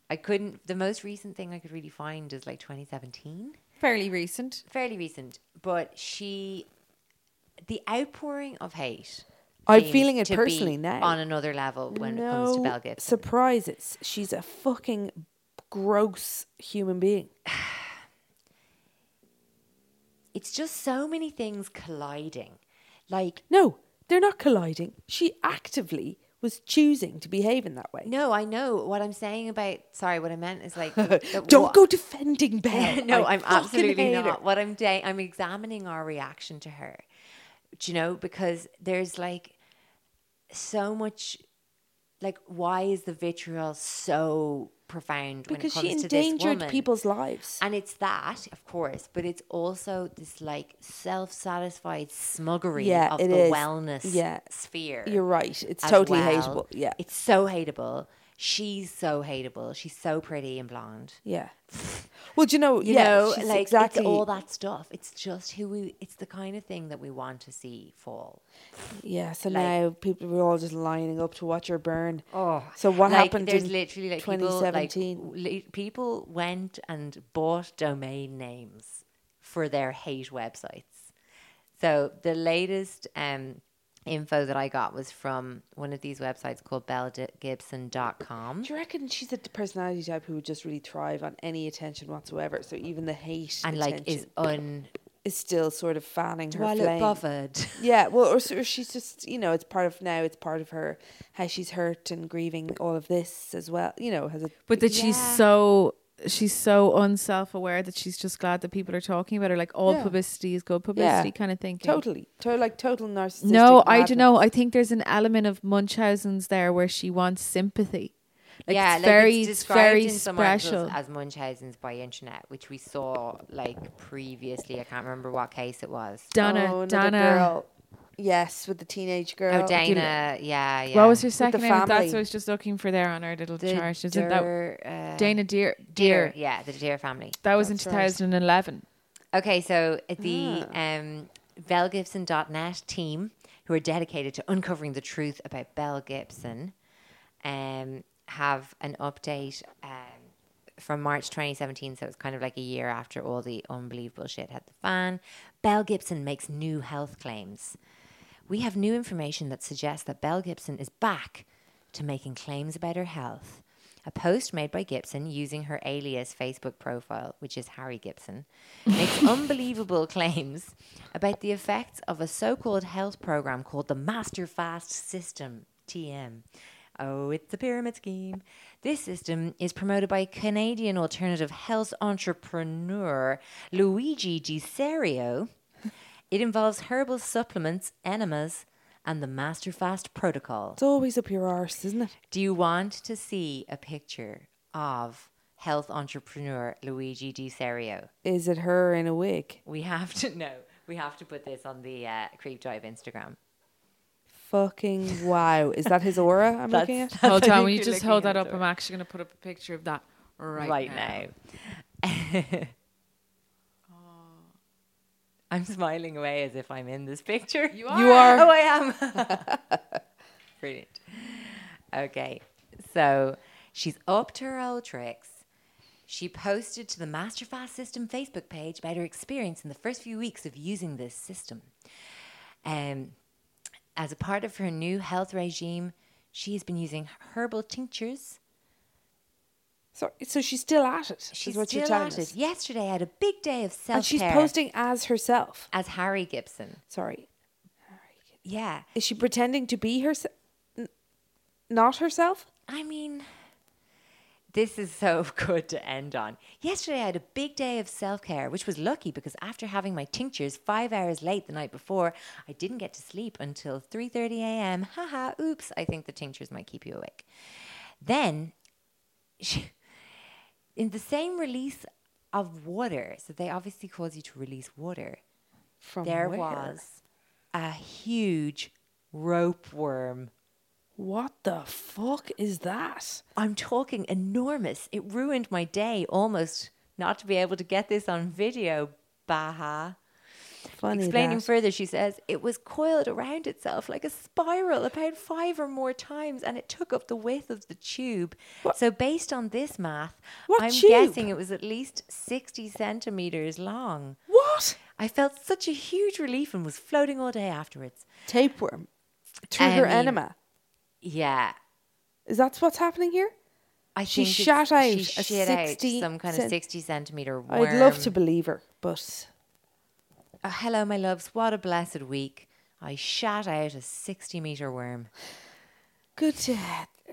Speaker 2: I couldn't. The most recent thing I could really find is like 2017.
Speaker 1: Fairly recent.
Speaker 2: fairly recent, but she, the outpouring of hate.
Speaker 3: I'm
Speaker 2: seems
Speaker 3: feeling it
Speaker 2: to be
Speaker 3: personally now.
Speaker 2: On another level when it comes to Belle Gibson.
Speaker 3: surprises. She's a fucking gross human being.
Speaker 2: It's just so many things colliding. Like,
Speaker 3: No, they're not colliding. She actively was choosing to behave in that way.
Speaker 2: no, I know what I'm saying about. Sorry, what I meant is like. that
Speaker 3: Don't
Speaker 2: what-
Speaker 3: go defending Belle.
Speaker 2: no,
Speaker 3: I
Speaker 2: I'm
Speaker 3: fucking
Speaker 2: absolutely
Speaker 3: hate her.
Speaker 2: not. What I'm doing, I'm examining our reaction to her. Do you know? Because there's like so much. Like, why is the vitriol so profound
Speaker 3: Because
Speaker 2: when it
Speaker 3: she
Speaker 2: comes to this
Speaker 3: endangered
Speaker 2: woman?
Speaker 3: people's lives.
Speaker 2: And it's that, of course, but it's also this like self satisfied smuggery
Speaker 3: Yeah,
Speaker 2: of
Speaker 3: it
Speaker 2: the
Speaker 3: is.
Speaker 2: wellness
Speaker 3: Yeah.
Speaker 2: sphere.
Speaker 3: You're right. It's
Speaker 2: as
Speaker 3: totally
Speaker 2: well.
Speaker 3: hateable. Yeah.
Speaker 2: It's so hateable. She's so hateable. She's so pretty and blonde.
Speaker 3: yeah. Well, do you know?
Speaker 2: You
Speaker 3: yeah,
Speaker 2: know,
Speaker 3: she's
Speaker 2: like
Speaker 3: exactly
Speaker 2: it's all that stuff. It's just who we it's the kind of thing that we want to see fall.
Speaker 3: Yeah. So
Speaker 2: like-
Speaker 3: now people were all just lining up to watch her burn.
Speaker 2: Oh,
Speaker 3: So what
Speaker 2: like,
Speaker 3: happened
Speaker 2: There's
Speaker 3: in
Speaker 2: literally like
Speaker 3: 2017?
Speaker 2: People, like, li- people went and bought domain names for their hate websites. So the latest um, info that I got was from one of these websites called bellegibson.com.
Speaker 3: do you reckon she's a personality type who would just really thrive on any attention whatsoever? So even the hate
Speaker 2: And like is
Speaker 3: attention
Speaker 2: un
Speaker 3: is still sort of fanning her
Speaker 2: do I look
Speaker 3: flame.
Speaker 2: bothered?
Speaker 3: Yeah, well, or, s- or she's just you know it's part of now it's part of her how she's hurt and grieving all of this as well. You know, has a
Speaker 1: But that she's so she's so unself aware that she's just glad that people are talking about her. Like all
Speaker 3: Yeah.
Speaker 1: publicity is good publicity kind of thinking.
Speaker 3: totally, to- like total narcissistic.
Speaker 1: No, I don't
Speaker 3: madness.
Speaker 1: know. I think there's an element of Munchausen's there where she wants sympathy. Like
Speaker 2: yeah,
Speaker 1: it's very,
Speaker 2: like it's
Speaker 1: it's
Speaker 2: described
Speaker 1: very
Speaker 2: in some articles
Speaker 1: special.
Speaker 2: as Munchausen's by internet, which we saw like previously. I can't remember what case it was.
Speaker 1: Donna,
Speaker 3: Oh, another
Speaker 1: Donna.
Speaker 3: girl. Yes, with the teenage girl.
Speaker 2: Oh, Dana, yeah, yeah.
Speaker 1: What was her
Speaker 3: the
Speaker 1: second name? That's what
Speaker 3: family.
Speaker 1: I was just looking for there on our little
Speaker 2: The
Speaker 1: chart. Isn't that
Speaker 2: Deer, uh,
Speaker 1: Dana Deer?
Speaker 2: Deer,
Speaker 1: Deer.
Speaker 2: yeah, the Deer family.
Speaker 1: That was in 2011.
Speaker 2: Okay, so at the um, BelleGibson.net team, who are dedicated to uncovering the truth about Belle Gibson, um, have an update um, from March 2017. So it's kind of like a year after all the unbelievable shit had the fan. Belle Gibson makes new health claims. We have new information that suggests that Belle Gibson is back to making claims about her health. A post made by Gibson using her alias Facebook profile, which is Harry Gibson, makes unbelievable claims about the effects of a so called health program called the Master Fast System, TM. Oh, it's a pyramid scheme. This system is promoted by Canadian alternative health entrepreneur Luigi Di Serio. It involves herbal supplements, enemas, and the Master Fast protocol.
Speaker 3: It's always up your arse, isn't it?
Speaker 2: Do you want to see a picture of health entrepreneur Luigi Di Serio?
Speaker 3: Is it her in a wig?
Speaker 2: We have to know. We have to put this on the uh, Creep Dive Instagram.
Speaker 3: Fucking wow! Is that his aura? I'm looking at.
Speaker 1: Hold
Speaker 2: I
Speaker 1: on,
Speaker 2: think
Speaker 1: when you
Speaker 2: you're
Speaker 1: just
Speaker 2: looking
Speaker 1: hold
Speaker 2: at
Speaker 1: that up,
Speaker 2: it.
Speaker 1: I'm actually going to put up a picture of that right,
Speaker 2: right
Speaker 1: now.
Speaker 2: now. I'm smiling away as if I'm in this picture. You are. Oh, I am. Brilliant. Okay, so she's up to her old tricks. She posted to the Masterfast System Facebook page about her experience in the first few weeks of using this system. Um, as a part of her new health regime, she has been using herbal tinctures.
Speaker 3: So, so she's still at it. She's what you're telling us.
Speaker 2: Yesterday, I had a big day of self care.
Speaker 3: And she's posting as herself.
Speaker 2: as Harry Gibson.
Speaker 3: Sorry.
Speaker 2: Yeah.
Speaker 3: Is she pretending to be herself? Not herself?
Speaker 2: I mean, this is so good to end on. Yesterday, I had a big day of self care, which was lucky because after having my tinctures five hours late the night before, I didn't get to sleep until 3:30 a.m. Haha! Oops! I think the tinctures might keep you awake. Then, she, in the same release of water, so they obviously cause you to release water.
Speaker 3: From
Speaker 2: there
Speaker 3: where?
Speaker 2: was a huge rope worm
Speaker 3: What the fuck is that?
Speaker 2: I'm talking enormous. It ruined my day almost not to be able to get this on video, Baha.
Speaker 3: Funny
Speaker 2: Explaining
Speaker 3: that.
Speaker 2: further, she says, it was coiled around itself like a spiral about five or more times and it took up the width of the tube. So, based on this math,
Speaker 3: What
Speaker 2: I'm
Speaker 3: tube?
Speaker 2: guessing it was at least 60 centimeters long.
Speaker 3: What?
Speaker 2: I felt such a huge relief and was floating all day afterwards.
Speaker 3: Tapeworm. Through her
Speaker 2: I mean-
Speaker 3: enema.
Speaker 2: Yeah.
Speaker 3: Is that what's happening here?
Speaker 2: I
Speaker 3: She
Speaker 2: think it's-
Speaker 3: shot out
Speaker 2: she
Speaker 3: a
Speaker 2: shit out
Speaker 3: 60
Speaker 2: some kind
Speaker 3: cent-
Speaker 2: of 60 centimeter worm.
Speaker 3: I'd love to believe her, but
Speaker 2: Oh, hello, my loves. What a blessed week. I shot out a 60 meter worm.
Speaker 3: good. To,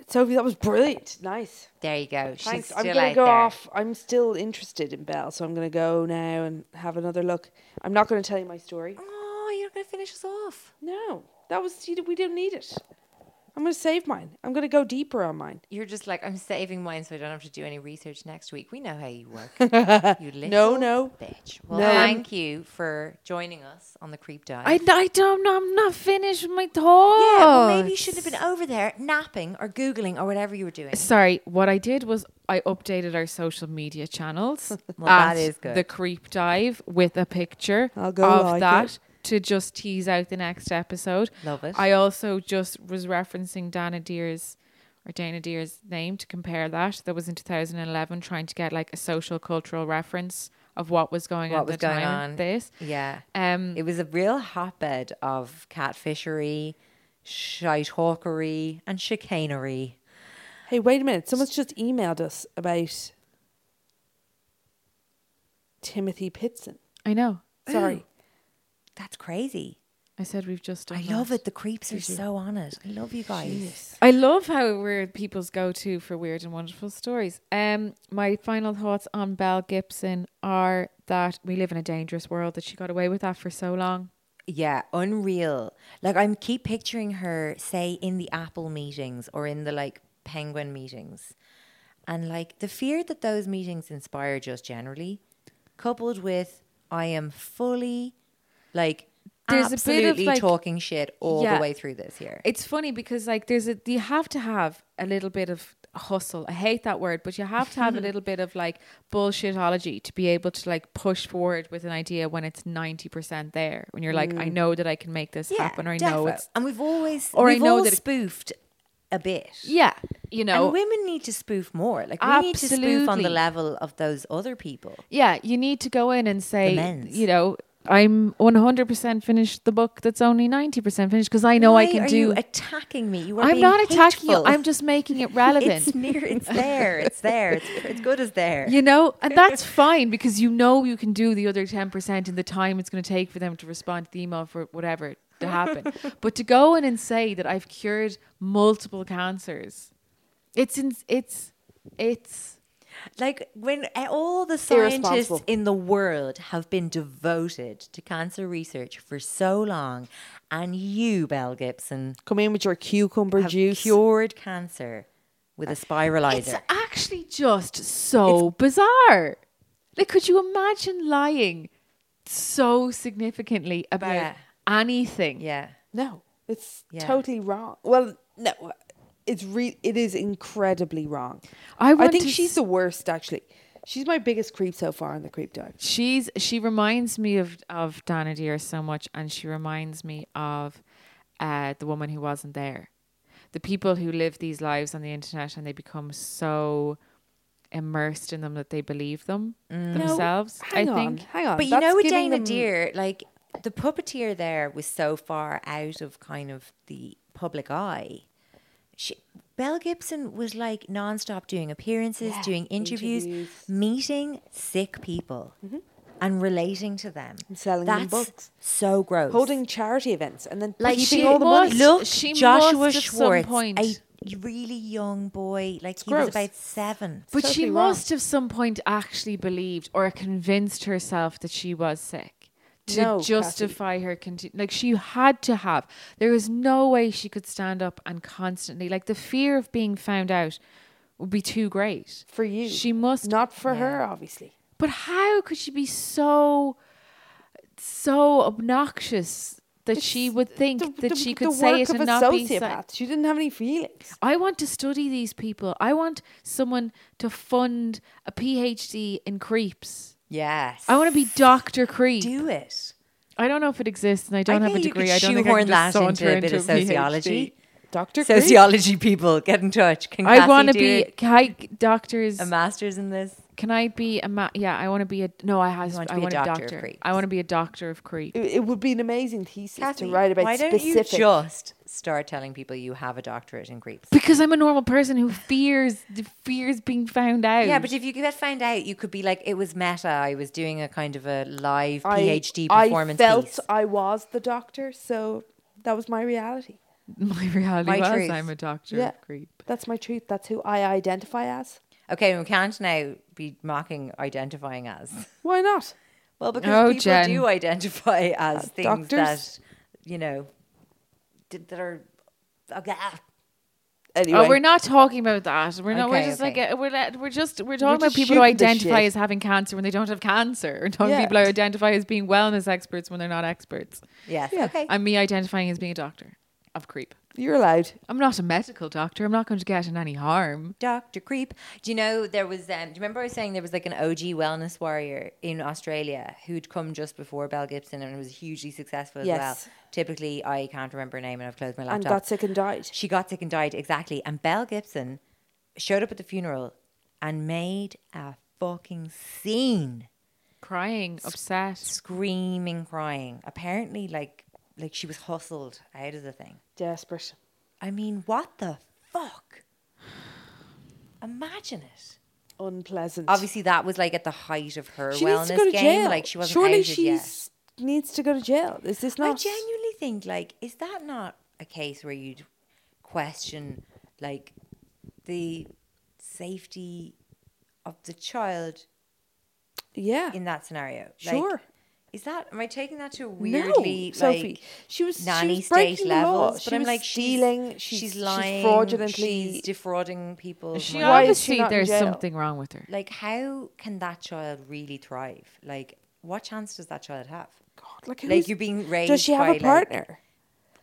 Speaker 3: Sophie, that was brilliant. Nice.
Speaker 2: There you go. She's
Speaker 3: Thanks.
Speaker 2: still
Speaker 3: I'm gonna
Speaker 2: out
Speaker 3: go
Speaker 2: there.
Speaker 3: off. I'm still interested in Belle, so I'm gonna go now and have another look. I'm not gonna tell you my story.
Speaker 2: Oh, you're not going to finish us off.
Speaker 3: No, that was you- we don't need it. I'm gonna save mine. I'm gonna go deeper on mine.
Speaker 2: You're just like, I'm saving mine so I don't have to do any research next week. We know how you work. you little
Speaker 3: no.
Speaker 2: bitch. Well,
Speaker 3: No.
Speaker 2: thank you for joining us on the Creep Dive.
Speaker 1: I, I don't. I'm not finished with my thoughts.
Speaker 2: yeah, well, maybe you shouldn't have been over there napping or Googling or whatever you were doing.
Speaker 1: Sorry, what I did was I updated our social media channels.
Speaker 2: Well, that
Speaker 1: at
Speaker 2: is good.
Speaker 1: The creep dive with a picture
Speaker 3: I'll go
Speaker 1: of
Speaker 3: like
Speaker 1: that
Speaker 3: it.
Speaker 1: to just tease out the next episode.
Speaker 2: Love it.
Speaker 1: I also just was referencing Dana Deer's or Dana Deer's name to compare that. That was in 2011, trying to get like a social cultural reference of what was going on
Speaker 2: what
Speaker 1: at
Speaker 2: was
Speaker 1: the
Speaker 2: going
Speaker 1: time.
Speaker 2: on.
Speaker 1: This.
Speaker 2: Yeah.
Speaker 1: Um,
Speaker 2: it was a real hotbed of catfishery, shite hawkery, and chicanery.
Speaker 3: Hey, wait a minute. Someone's just emailed us about Timothy Pitson.
Speaker 1: I know.
Speaker 3: Sorry.
Speaker 2: That's crazy.
Speaker 1: I said we've just done
Speaker 2: I love
Speaker 1: that.
Speaker 2: it. The creeps are so on it. I love you guys.
Speaker 1: I love how we're people's go to for weird and wonderful stories. Um, my final thoughts on Belle Gibson are that we live in a dangerous world that she got away with that for so long.
Speaker 2: Yeah, unreal. Like I'm keep picturing her, say, in the Apple meetings or in the like Penguin meetings, and like the fear that those meetings inspire just generally, coupled with I am fully like
Speaker 1: There's a bit of,
Speaker 2: absolutely
Speaker 1: like-
Speaker 2: talking shit all
Speaker 1: Yeah.
Speaker 2: the way through this year.
Speaker 1: It's funny because like there's a you have to have a little bit of hustle. I hate that word, but you have to have a little bit of like bullshitology to be able to like push forward with an idea when it's ninety percent there. When you're like, I know that I can make this happen, or I know
Speaker 2: Mm. defo.
Speaker 1: it's
Speaker 2: and we've always
Speaker 1: or I
Speaker 2: we've
Speaker 1: know
Speaker 2: all
Speaker 1: that it-
Speaker 2: spoofed a bit.
Speaker 1: yeah, you know.
Speaker 2: And women need to spoof more. Like we need to spoof on
Speaker 1: Absolutely.
Speaker 2: the level of those other people.
Speaker 1: Yeah, you need to go in and say,
Speaker 2: men's.
Speaker 1: you know, I'm 100% finished the book that's only 90% finished because I know I
Speaker 2: Why
Speaker 1: can
Speaker 2: are
Speaker 1: do.
Speaker 2: you attacking me. You are
Speaker 1: I'm
Speaker 2: being
Speaker 1: not attacking you.
Speaker 2: hateful.
Speaker 1: I'm just making it relevant.
Speaker 2: It's near. It's there. It's there. It's, it's good as there.
Speaker 1: you know, and that's fine because you know you can do the other 10% in the time it's going to take for them to respond to the email for whatever to happen. but to go in and say that I've cured multiple cancers, it's, in, it's, it's,
Speaker 2: Like when all the scientists
Speaker 3: Irresponsible.
Speaker 2: in the world have been devoted to cancer research for so long, and you, Belle Gibson,
Speaker 3: Come in with your cucumber
Speaker 2: have
Speaker 3: juice.
Speaker 2: cured cancer with a spiralizer.
Speaker 1: It's actually just so bizarre. Like, could you imagine lying so significantly about
Speaker 2: Yeah.
Speaker 1: anything?
Speaker 2: yeah.
Speaker 3: No, it's
Speaker 2: Yeah.
Speaker 3: totally wrong. Well, no, it's re- it is incredibly wrong.
Speaker 1: I want
Speaker 3: think
Speaker 1: to
Speaker 3: she's
Speaker 1: s-
Speaker 3: the worst. Actually, she's my biggest creep so far in the creep dive.
Speaker 1: She's she reminds me of of Donna Dear so much, and she reminds me of uh, the woman who wasn't there. The people who live these lives on the internet and they become so immersed in them that they believe them themselves.
Speaker 3: Mm. Hang
Speaker 1: I
Speaker 3: on,
Speaker 1: think
Speaker 3: hang on.
Speaker 2: But you
Speaker 3: That's
Speaker 2: know, with
Speaker 3: giving
Speaker 2: Dana
Speaker 3: them-
Speaker 2: Deer, like the puppeteer there was so far out of kind of the public eye. She, Belle Gibson was like nonstop doing appearances,
Speaker 3: Yeah,
Speaker 2: doing interviews,
Speaker 3: interviews. Mm-hmm.
Speaker 2: meeting sick people and relating to them.
Speaker 3: And selling them
Speaker 2: That's
Speaker 3: books.
Speaker 2: so gross.
Speaker 3: holding charity events and then
Speaker 2: like
Speaker 3: keeping
Speaker 1: she
Speaker 3: all the
Speaker 1: must-
Speaker 3: money.
Speaker 2: Look,
Speaker 1: she
Speaker 2: Joshua
Speaker 1: must at some
Speaker 2: Schwartz,
Speaker 1: point-
Speaker 2: a really young boy, like he
Speaker 1: gross.
Speaker 2: was about seven.
Speaker 1: But she
Speaker 3: totally wrong.
Speaker 1: must have some point actually believed or convinced herself that she was sick to
Speaker 3: No, Cathy.
Speaker 1: justify her continue. Like she had to have. There was no way she could stand up and constantly like the fear of being found out would be too great
Speaker 3: for you.
Speaker 1: She must
Speaker 3: not for her, obviously.
Speaker 1: But how could she be so so obnoxious that she would think that she could say it
Speaker 3: of
Speaker 1: and
Speaker 3: a
Speaker 1: not be? si-
Speaker 3: sociopath. She didn't have any feelings.
Speaker 1: I want to study these people. I want someone to fund a PhD in creeps.
Speaker 2: Yes.
Speaker 1: I want to be Doctor Creep.
Speaker 2: do it.
Speaker 1: I don't know if it exists, and I don't
Speaker 2: I
Speaker 1: have a
Speaker 2: think you could
Speaker 1: degree. I don't think I
Speaker 2: shoehorn
Speaker 1: can just
Speaker 2: that
Speaker 1: saunter
Speaker 2: into a bit of
Speaker 1: PhD.
Speaker 2: sociology.
Speaker 3: Doctor
Speaker 2: Sociology people, get in touch. Can
Speaker 1: I
Speaker 2: want to
Speaker 1: be can I, doctors.
Speaker 2: a master's in this.
Speaker 1: can I be a ma- yeah? I want to be a no. I has,
Speaker 2: want to
Speaker 1: I
Speaker 2: be a
Speaker 1: want
Speaker 2: doctor of creeps.
Speaker 1: I want to be a doctor of creep.
Speaker 3: It, it would be an amazing thesis
Speaker 2: Kathy,
Speaker 3: to write about
Speaker 2: why
Speaker 3: specific.
Speaker 2: don't you just start telling people you have a doctorate in creeps?
Speaker 1: Because I'm a normal person who fears fears being found out.
Speaker 2: Yeah, but if you get found out, you could be like, it was meta. I was doing a kind of a live
Speaker 3: I-
Speaker 2: PhD performance
Speaker 3: I felt
Speaker 2: piece.
Speaker 3: I was the doctor, so that was my reality.
Speaker 1: my reality
Speaker 2: My
Speaker 1: was
Speaker 2: truth.
Speaker 1: I'm a doctor
Speaker 3: Yeah.
Speaker 1: of creep.
Speaker 3: That's my truth. That's who I identify as.
Speaker 2: Okay, we can't now be mocking identifying as.
Speaker 3: Why not?
Speaker 2: Well, because
Speaker 1: Oh,
Speaker 2: people
Speaker 1: Jen.
Speaker 2: do identify as things
Speaker 3: Uh, doctors?
Speaker 2: that, you know, d- that are. ah,
Speaker 3: Anyway,
Speaker 1: Oh, we're not talking about that. We're not.
Speaker 2: Okay,
Speaker 1: we're just
Speaker 2: okay.
Speaker 1: like uh, we're let- we're just we're talking about
Speaker 3: just
Speaker 1: people who
Speaker 3: shooting the
Speaker 1: identify
Speaker 3: shit.
Speaker 1: as having cancer when they don't have cancer. We're talking
Speaker 3: Yeah.
Speaker 1: people who identify as being wellness experts when they're not experts.
Speaker 2: Yes.
Speaker 3: Yeah.
Speaker 2: Okay.
Speaker 1: And me identifying as being a doctor of creep.
Speaker 3: you're allowed.
Speaker 1: I'm not a medical doctor. I'm not going to get in any harm.
Speaker 2: Dr. Creep. Do you know there was, um, do you remember I was saying there was like an OG wellness warrior in Australia who'd come just before Belle Gibson and was hugely successful as well?
Speaker 3: Yes.
Speaker 2: Typically, I can't remember her name and I've closed my laptop.
Speaker 3: And got sick and died.
Speaker 2: She got sick and died, exactly. And Belle Gibson showed up at the funeral and made a fucking scene,
Speaker 1: Crying, upset.
Speaker 2: screaming, crying. Apparently, like, like she was hustled out of the thing.
Speaker 3: Desperate.
Speaker 2: I mean, what the fuck? Imagine it.
Speaker 3: Unpleasant.
Speaker 2: obviously that was like at the height of her
Speaker 3: she
Speaker 2: wellness
Speaker 3: needs to go to
Speaker 2: game.
Speaker 3: jail.
Speaker 2: Like she wasn't
Speaker 3: Surely
Speaker 2: outed yet.
Speaker 3: she's needs to go to jail. Is this
Speaker 2: I
Speaker 3: not?
Speaker 2: genuinely think like is that not a case where you'd question like the safety of the child
Speaker 3: yeah.
Speaker 2: in that scenario? Like,
Speaker 3: Sure.
Speaker 2: Is that am I taking that to a
Speaker 3: No,
Speaker 2: weirdly
Speaker 3: Sophie.
Speaker 2: like
Speaker 3: She was- she
Speaker 2: nanny
Speaker 3: was
Speaker 2: state
Speaker 3: breaking the law.
Speaker 2: levels?
Speaker 3: She
Speaker 2: but I'm
Speaker 3: was
Speaker 2: like
Speaker 3: stealing,
Speaker 2: She's,
Speaker 3: she's- she's
Speaker 2: lying.
Speaker 3: fraudulently-
Speaker 2: She's defrauding people. of
Speaker 1: She
Speaker 2: money.
Speaker 3: Why is
Speaker 1: obviously
Speaker 3: she not in
Speaker 1: there's
Speaker 3: jail?
Speaker 1: something wrong with her.
Speaker 2: like how can that child really thrive? Like what chance does that child have?
Speaker 3: God, like,
Speaker 2: like
Speaker 3: who's-
Speaker 2: you're being raised.
Speaker 3: Does she
Speaker 2: by,
Speaker 3: have a
Speaker 2: like,
Speaker 3: partner?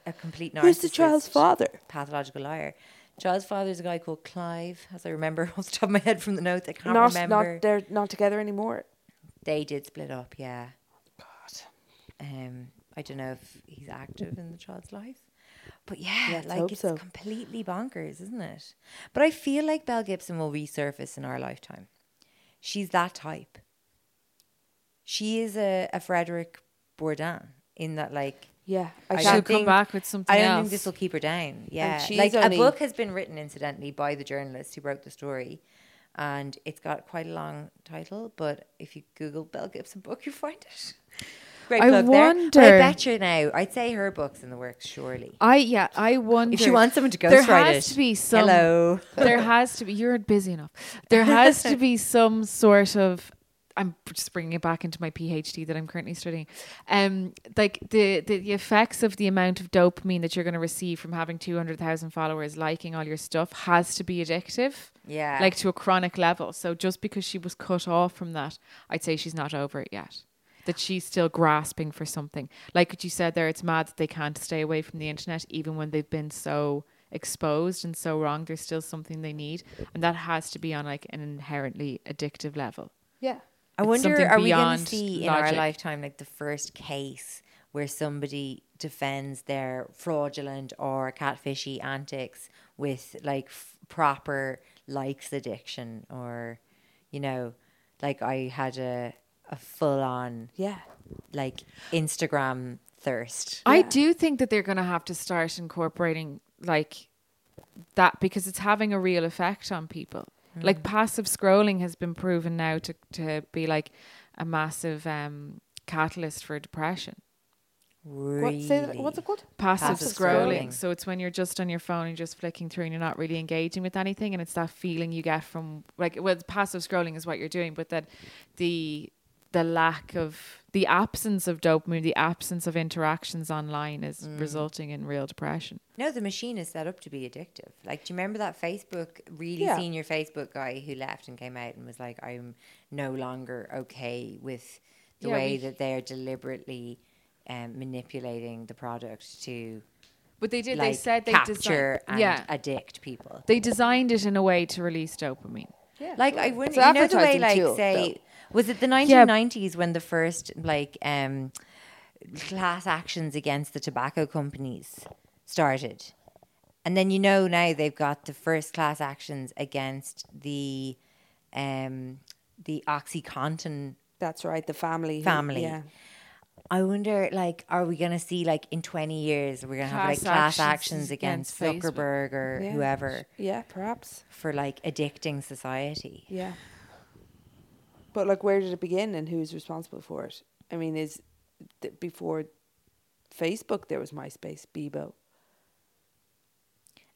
Speaker 2: a complete narcissist.
Speaker 3: Who's the child's father?
Speaker 2: Pathological liar. Child's father is a guy called Clive, as I remember off the top of my head from the notes. I can't
Speaker 3: Not,
Speaker 2: remember.
Speaker 3: not they're not together anymore.
Speaker 2: they did split up, yeah. God. Um, I don't know if he's active in the child's life. But yeah,
Speaker 3: Let's hope
Speaker 2: like it's
Speaker 3: so.
Speaker 2: completely bonkers, isn't it? But I feel like Belle Gibson will resurface in our lifetime. She's that type. She is a, a Frederick Bourdin in that like
Speaker 3: Yeah, I
Speaker 2: I
Speaker 1: She'll
Speaker 2: don't
Speaker 3: can't.
Speaker 1: come
Speaker 2: think-
Speaker 1: back with something
Speaker 2: I don't
Speaker 1: else.
Speaker 2: think this will keep her down. Yeah,
Speaker 3: she's
Speaker 2: like
Speaker 3: only-
Speaker 2: a book has been written, incidentally, by the journalist who wrote the story, and it's got quite a long title. But if you Google Bell Gibson book, you find it. Great
Speaker 1: I
Speaker 2: plug there. But I
Speaker 1: wonder-
Speaker 2: bet you now. I'd say her book's in the works, surely.
Speaker 1: I yeah, I wonder
Speaker 2: If she wants someone to go,
Speaker 1: There has to be some.
Speaker 2: Hello.
Speaker 1: There has to be. You're busy enough. There has to be some sort of. I'm just bringing it back into my PhD that I'm currently studying. Um, like the, the the effects of the amount of dopamine that you're going to receive from having 200,000 followers liking all your stuff has to be addictive.
Speaker 2: Yeah.
Speaker 1: Like to a chronic level. So just because she was cut off from that, I'd say she's not over it yet. That she's still grasping for something. Like what you said there, it's mad that they can't stay away from the internet even when they've been so exposed and so wrong. There's still something they need. And that has to be on like an inherently addictive level.
Speaker 3: Yeah,
Speaker 2: I
Speaker 1: It's
Speaker 2: wonder,
Speaker 1: something
Speaker 2: are we going to
Speaker 1: beyond
Speaker 2: see in
Speaker 1: logic.
Speaker 2: our lifetime like the first case where somebody defends their fraudulent or catfishy antics with like f- proper likes addiction or you know, like I had a a full on
Speaker 3: Yeah.
Speaker 2: like Instagram thirst.
Speaker 1: I do think that they're going to have to start incorporating like that because it's having a real effect on people. Like passive scrolling has been proven now to to be like a massive um, catalyst for depression.
Speaker 3: What,
Speaker 2: Really.
Speaker 3: say that, what's it called?
Speaker 1: Passive,
Speaker 2: Passive
Speaker 1: scrolling.
Speaker 2: scrolling.
Speaker 1: So it's when you're just on your phone and just flicking through and you're not really engaging with anything, and it's that feeling you get from like well, passive scrolling is what you're doing, but then the the lack of the absence of dopamine, the absence of interactions online is resulting in real depression.
Speaker 2: No, the machine is set up to be addictive. Like, do you remember that Facebook, really
Speaker 3: Yeah.
Speaker 2: senior Facebook guy who left and came out and was like, I'm no longer okay with the
Speaker 1: Yeah,
Speaker 2: way
Speaker 1: we-
Speaker 2: that they're deliberately um, manipulating the product to
Speaker 1: But they did.
Speaker 2: like,
Speaker 1: they said they
Speaker 2: capture
Speaker 1: designed.
Speaker 2: and
Speaker 1: yeah,
Speaker 2: addict people.
Speaker 1: they designed it in a way to release dopamine.
Speaker 2: like, I wouldn't,
Speaker 3: It's an
Speaker 2: you know, the way,
Speaker 3: advertising
Speaker 2: like,
Speaker 3: tool,
Speaker 2: say, was it the 1990s when the first, like, um, class actions against the tobacco companies started? And then you know now they've got the first class actions against the um the OxyContin
Speaker 3: That's right. The family. who-
Speaker 2: family.
Speaker 3: Yeah.
Speaker 2: I wonder, like, are we gonna see like in twenty years we're gonna have like
Speaker 1: Class
Speaker 2: class
Speaker 1: actions
Speaker 2: actions against,
Speaker 1: against Facebook.
Speaker 2: Zuckerberg or
Speaker 3: Yeah.
Speaker 2: whoever
Speaker 3: Yeah, perhaps.
Speaker 2: for like addicting society?
Speaker 3: Yeah. But like, where did it begin, and who's responsible for it? I mean, is th- before Facebook there was MySpace, Bebo.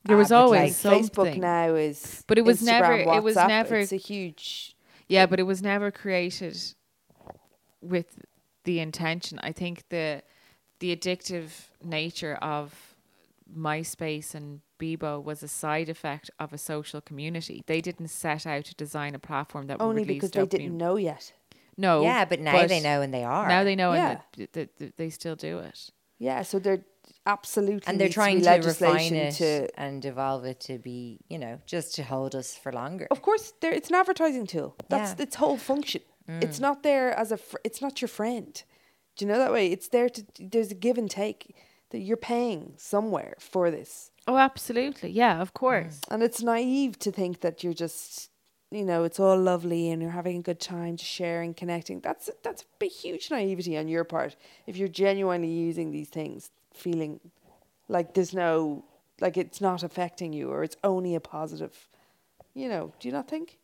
Speaker 1: There was
Speaker 2: but,
Speaker 3: Like
Speaker 1: always
Speaker 3: Facebook
Speaker 1: something.
Speaker 3: now is,
Speaker 1: But it was
Speaker 3: Instagram,
Speaker 1: never- it was
Speaker 3: WhatsApp.
Speaker 1: never-
Speaker 3: It's a huge.
Speaker 1: Yeah, but it was never created with the intention. I think the the addictive nature of MySpace and Bebo was a side effect of a social community. They didn't set out to design a platform that
Speaker 3: Only
Speaker 1: would release
Speaker 3: because
Speaker 1: dopamine.
Speaker 3: they didn't know yet.
Speaker 1: No.
Speaker 2: Yeah, but now they know and they are.
Speaker 1: Now they know,
Speaker 3: Yeah.
Speaker 1: and they, they, they still do it.
Speaker 3: Yeah, so they're absolutely
Speaker 2: and they're
Speaker 3: needs
Speaker 2: trying
Speaker 3: be
Speaker 2: to refine
Speaker 3: legislation
Speaker 2: it
Speaker 3: to.
Speaker 2: and evolve it to be, you know, just to hold us for longer.
Speaker 3: Of course, there it's an advertising tool. That's
Speaker 2: Yeah.
Speaker 3: its whole function. It's not there as a. Fr- it's not your friend. Do you know that way? It's there to. There's a give and take. That you're paying somewhere for this.
Speaker 1: Oh, absolutely. Yeah, of
Speaker 2: Mm.
Speaker 1: course.
Speaker 3: And it's naive to think that you're just, you know, it's all lovely and you're having a good time, just sharing, connecting. That's that's a big, huge naivety on your part if you're genuinely using these things, feeling like there's no, like it's not affecting you or it's only a positive. You know, do you not think?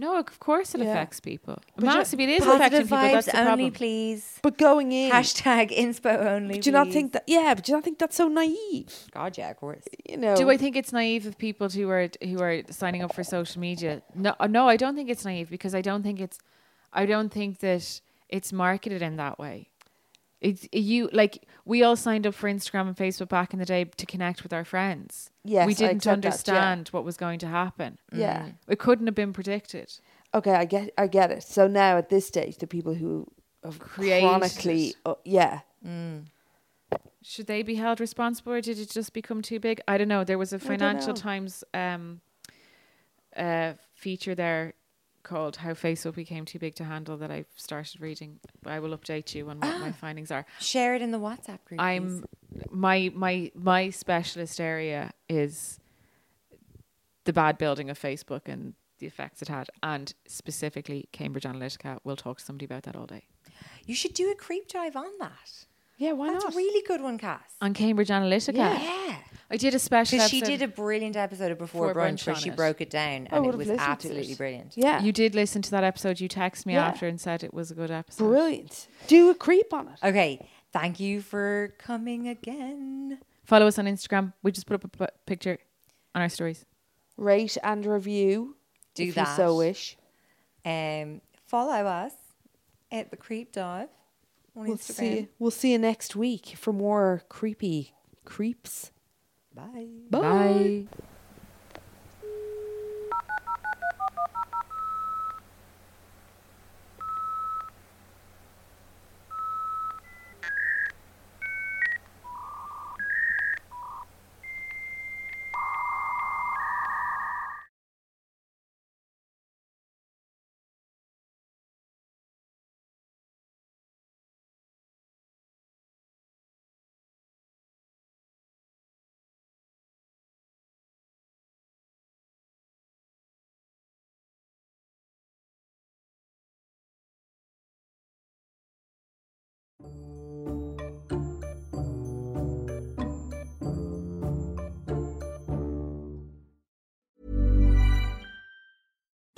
Speaker 1: No, of course it
Speaker 3: Yeah.
Speaker 1: affects people.
Speaker 3: you-
Speaker 1: Massively, it is affecting
Speaker 2: Positive
Speaker 1: people. That's
Speaker 2: vibes
Speaker 1: the
Speaker 2: only,
Speaker 1: problem.
Speaker 2: please.
Speaker 3: But going in,
Speaker 2: Hashtag inspo only.
Speaker 3: do you not
Speaker 2: please.
Speaker 3: think that? Yeah, but do you not think that's so naive?
Speaker 2: God, yeah, of course.
Speaker 3: You know,
Speaker 1: Do I think it's naive of people who are who are signing up for social media? No, uh, no, I don't think it's naive because I don't think it's, I don't think that it's marketed in that way. It's you like we all signed up for Instagram and Facebook back in the day to connect with our friends.
Speaker 3: Yes, I
Speaker 1: we didn't
Speaker 3: accept that, yeah.
Speaker 1: understand what was going to happen. Mm.
Speaker 3: Yeah.
Speaker 1: it couldn't have been predicted.
Speaker 3: Okay, I get, I get it. So now at this stage, the people who have
Speaker 1: Created
Speaker 3: chronically,
Speaker 1: it.
Speaker 3: uh, yeah,
Speaker 1: should they be held responsible or did it just become too big? I don't know. There was a Financial
Speaker 3: know.
Speaker 1: Times um, uh, feature there called How Facebook Became Too Big to Handle that I've started reading. I will update you on what my findings are.
Speaker 2: Share it in the WhatsApp group.
Speaker 1: I'm my my my specialist area is the bad building of Facebook and the effects it had and specifically Cambridge Analytica. We'll talk to somebody about that all day.
Speaker 2: please. You should do a creep dive on that.
Speaker 1: Yeah, why
Speaker 2: That's a really good one, Cass.
Speaker 1: on Cambridge Analytica.
Speaker 2: Yeah.
Speaker 1: I did a special
Speaker 2: Because she
Speaker 1: episode-
Speaker 2: did a brilliant episode of Before,
Speaker 1: Before
Speaker 2: Brunch,
Speaker 1: Brunch
Speaker 2: where
Speaker 1: on
Speaker 2: she
Speaker 1: it.
Speaker 2: broke it down and
Speaker 3: I
Speaker 2: it
Speaker 3: would've
Speaker 2: was
Speaker 3: listened to
Speaker 2: absolutely
Speaker 3: it.
Speaker 2: brilliant.
Speaker 3: yeah.
Speaker 1: You did listen to that episode. You texted me
Speaker 3: Yeah.
Speaker 1: after and said it was a good episode.
Speaker 3: Brilliant. Do a creep on it.
Speaker 2: Okay. Thank you for coming again.
Speaker 1: Follow us on Instagram. We just put up a p- picture on our stories.
Speaker 3: Rate and review.
Speaker 2: Do
Speaker 3: if
Speaker 2: that.
Speaker 3: you so wish.
Speaker 2: Um, follow us at the Creep Dive on
Speaker 3: We'll
Speaker 2: Instagram.
Speaker 3: see. You. We'll see you next week for more creepy creeps.
Speaker 2: Bye.
Speaker 1: Bye.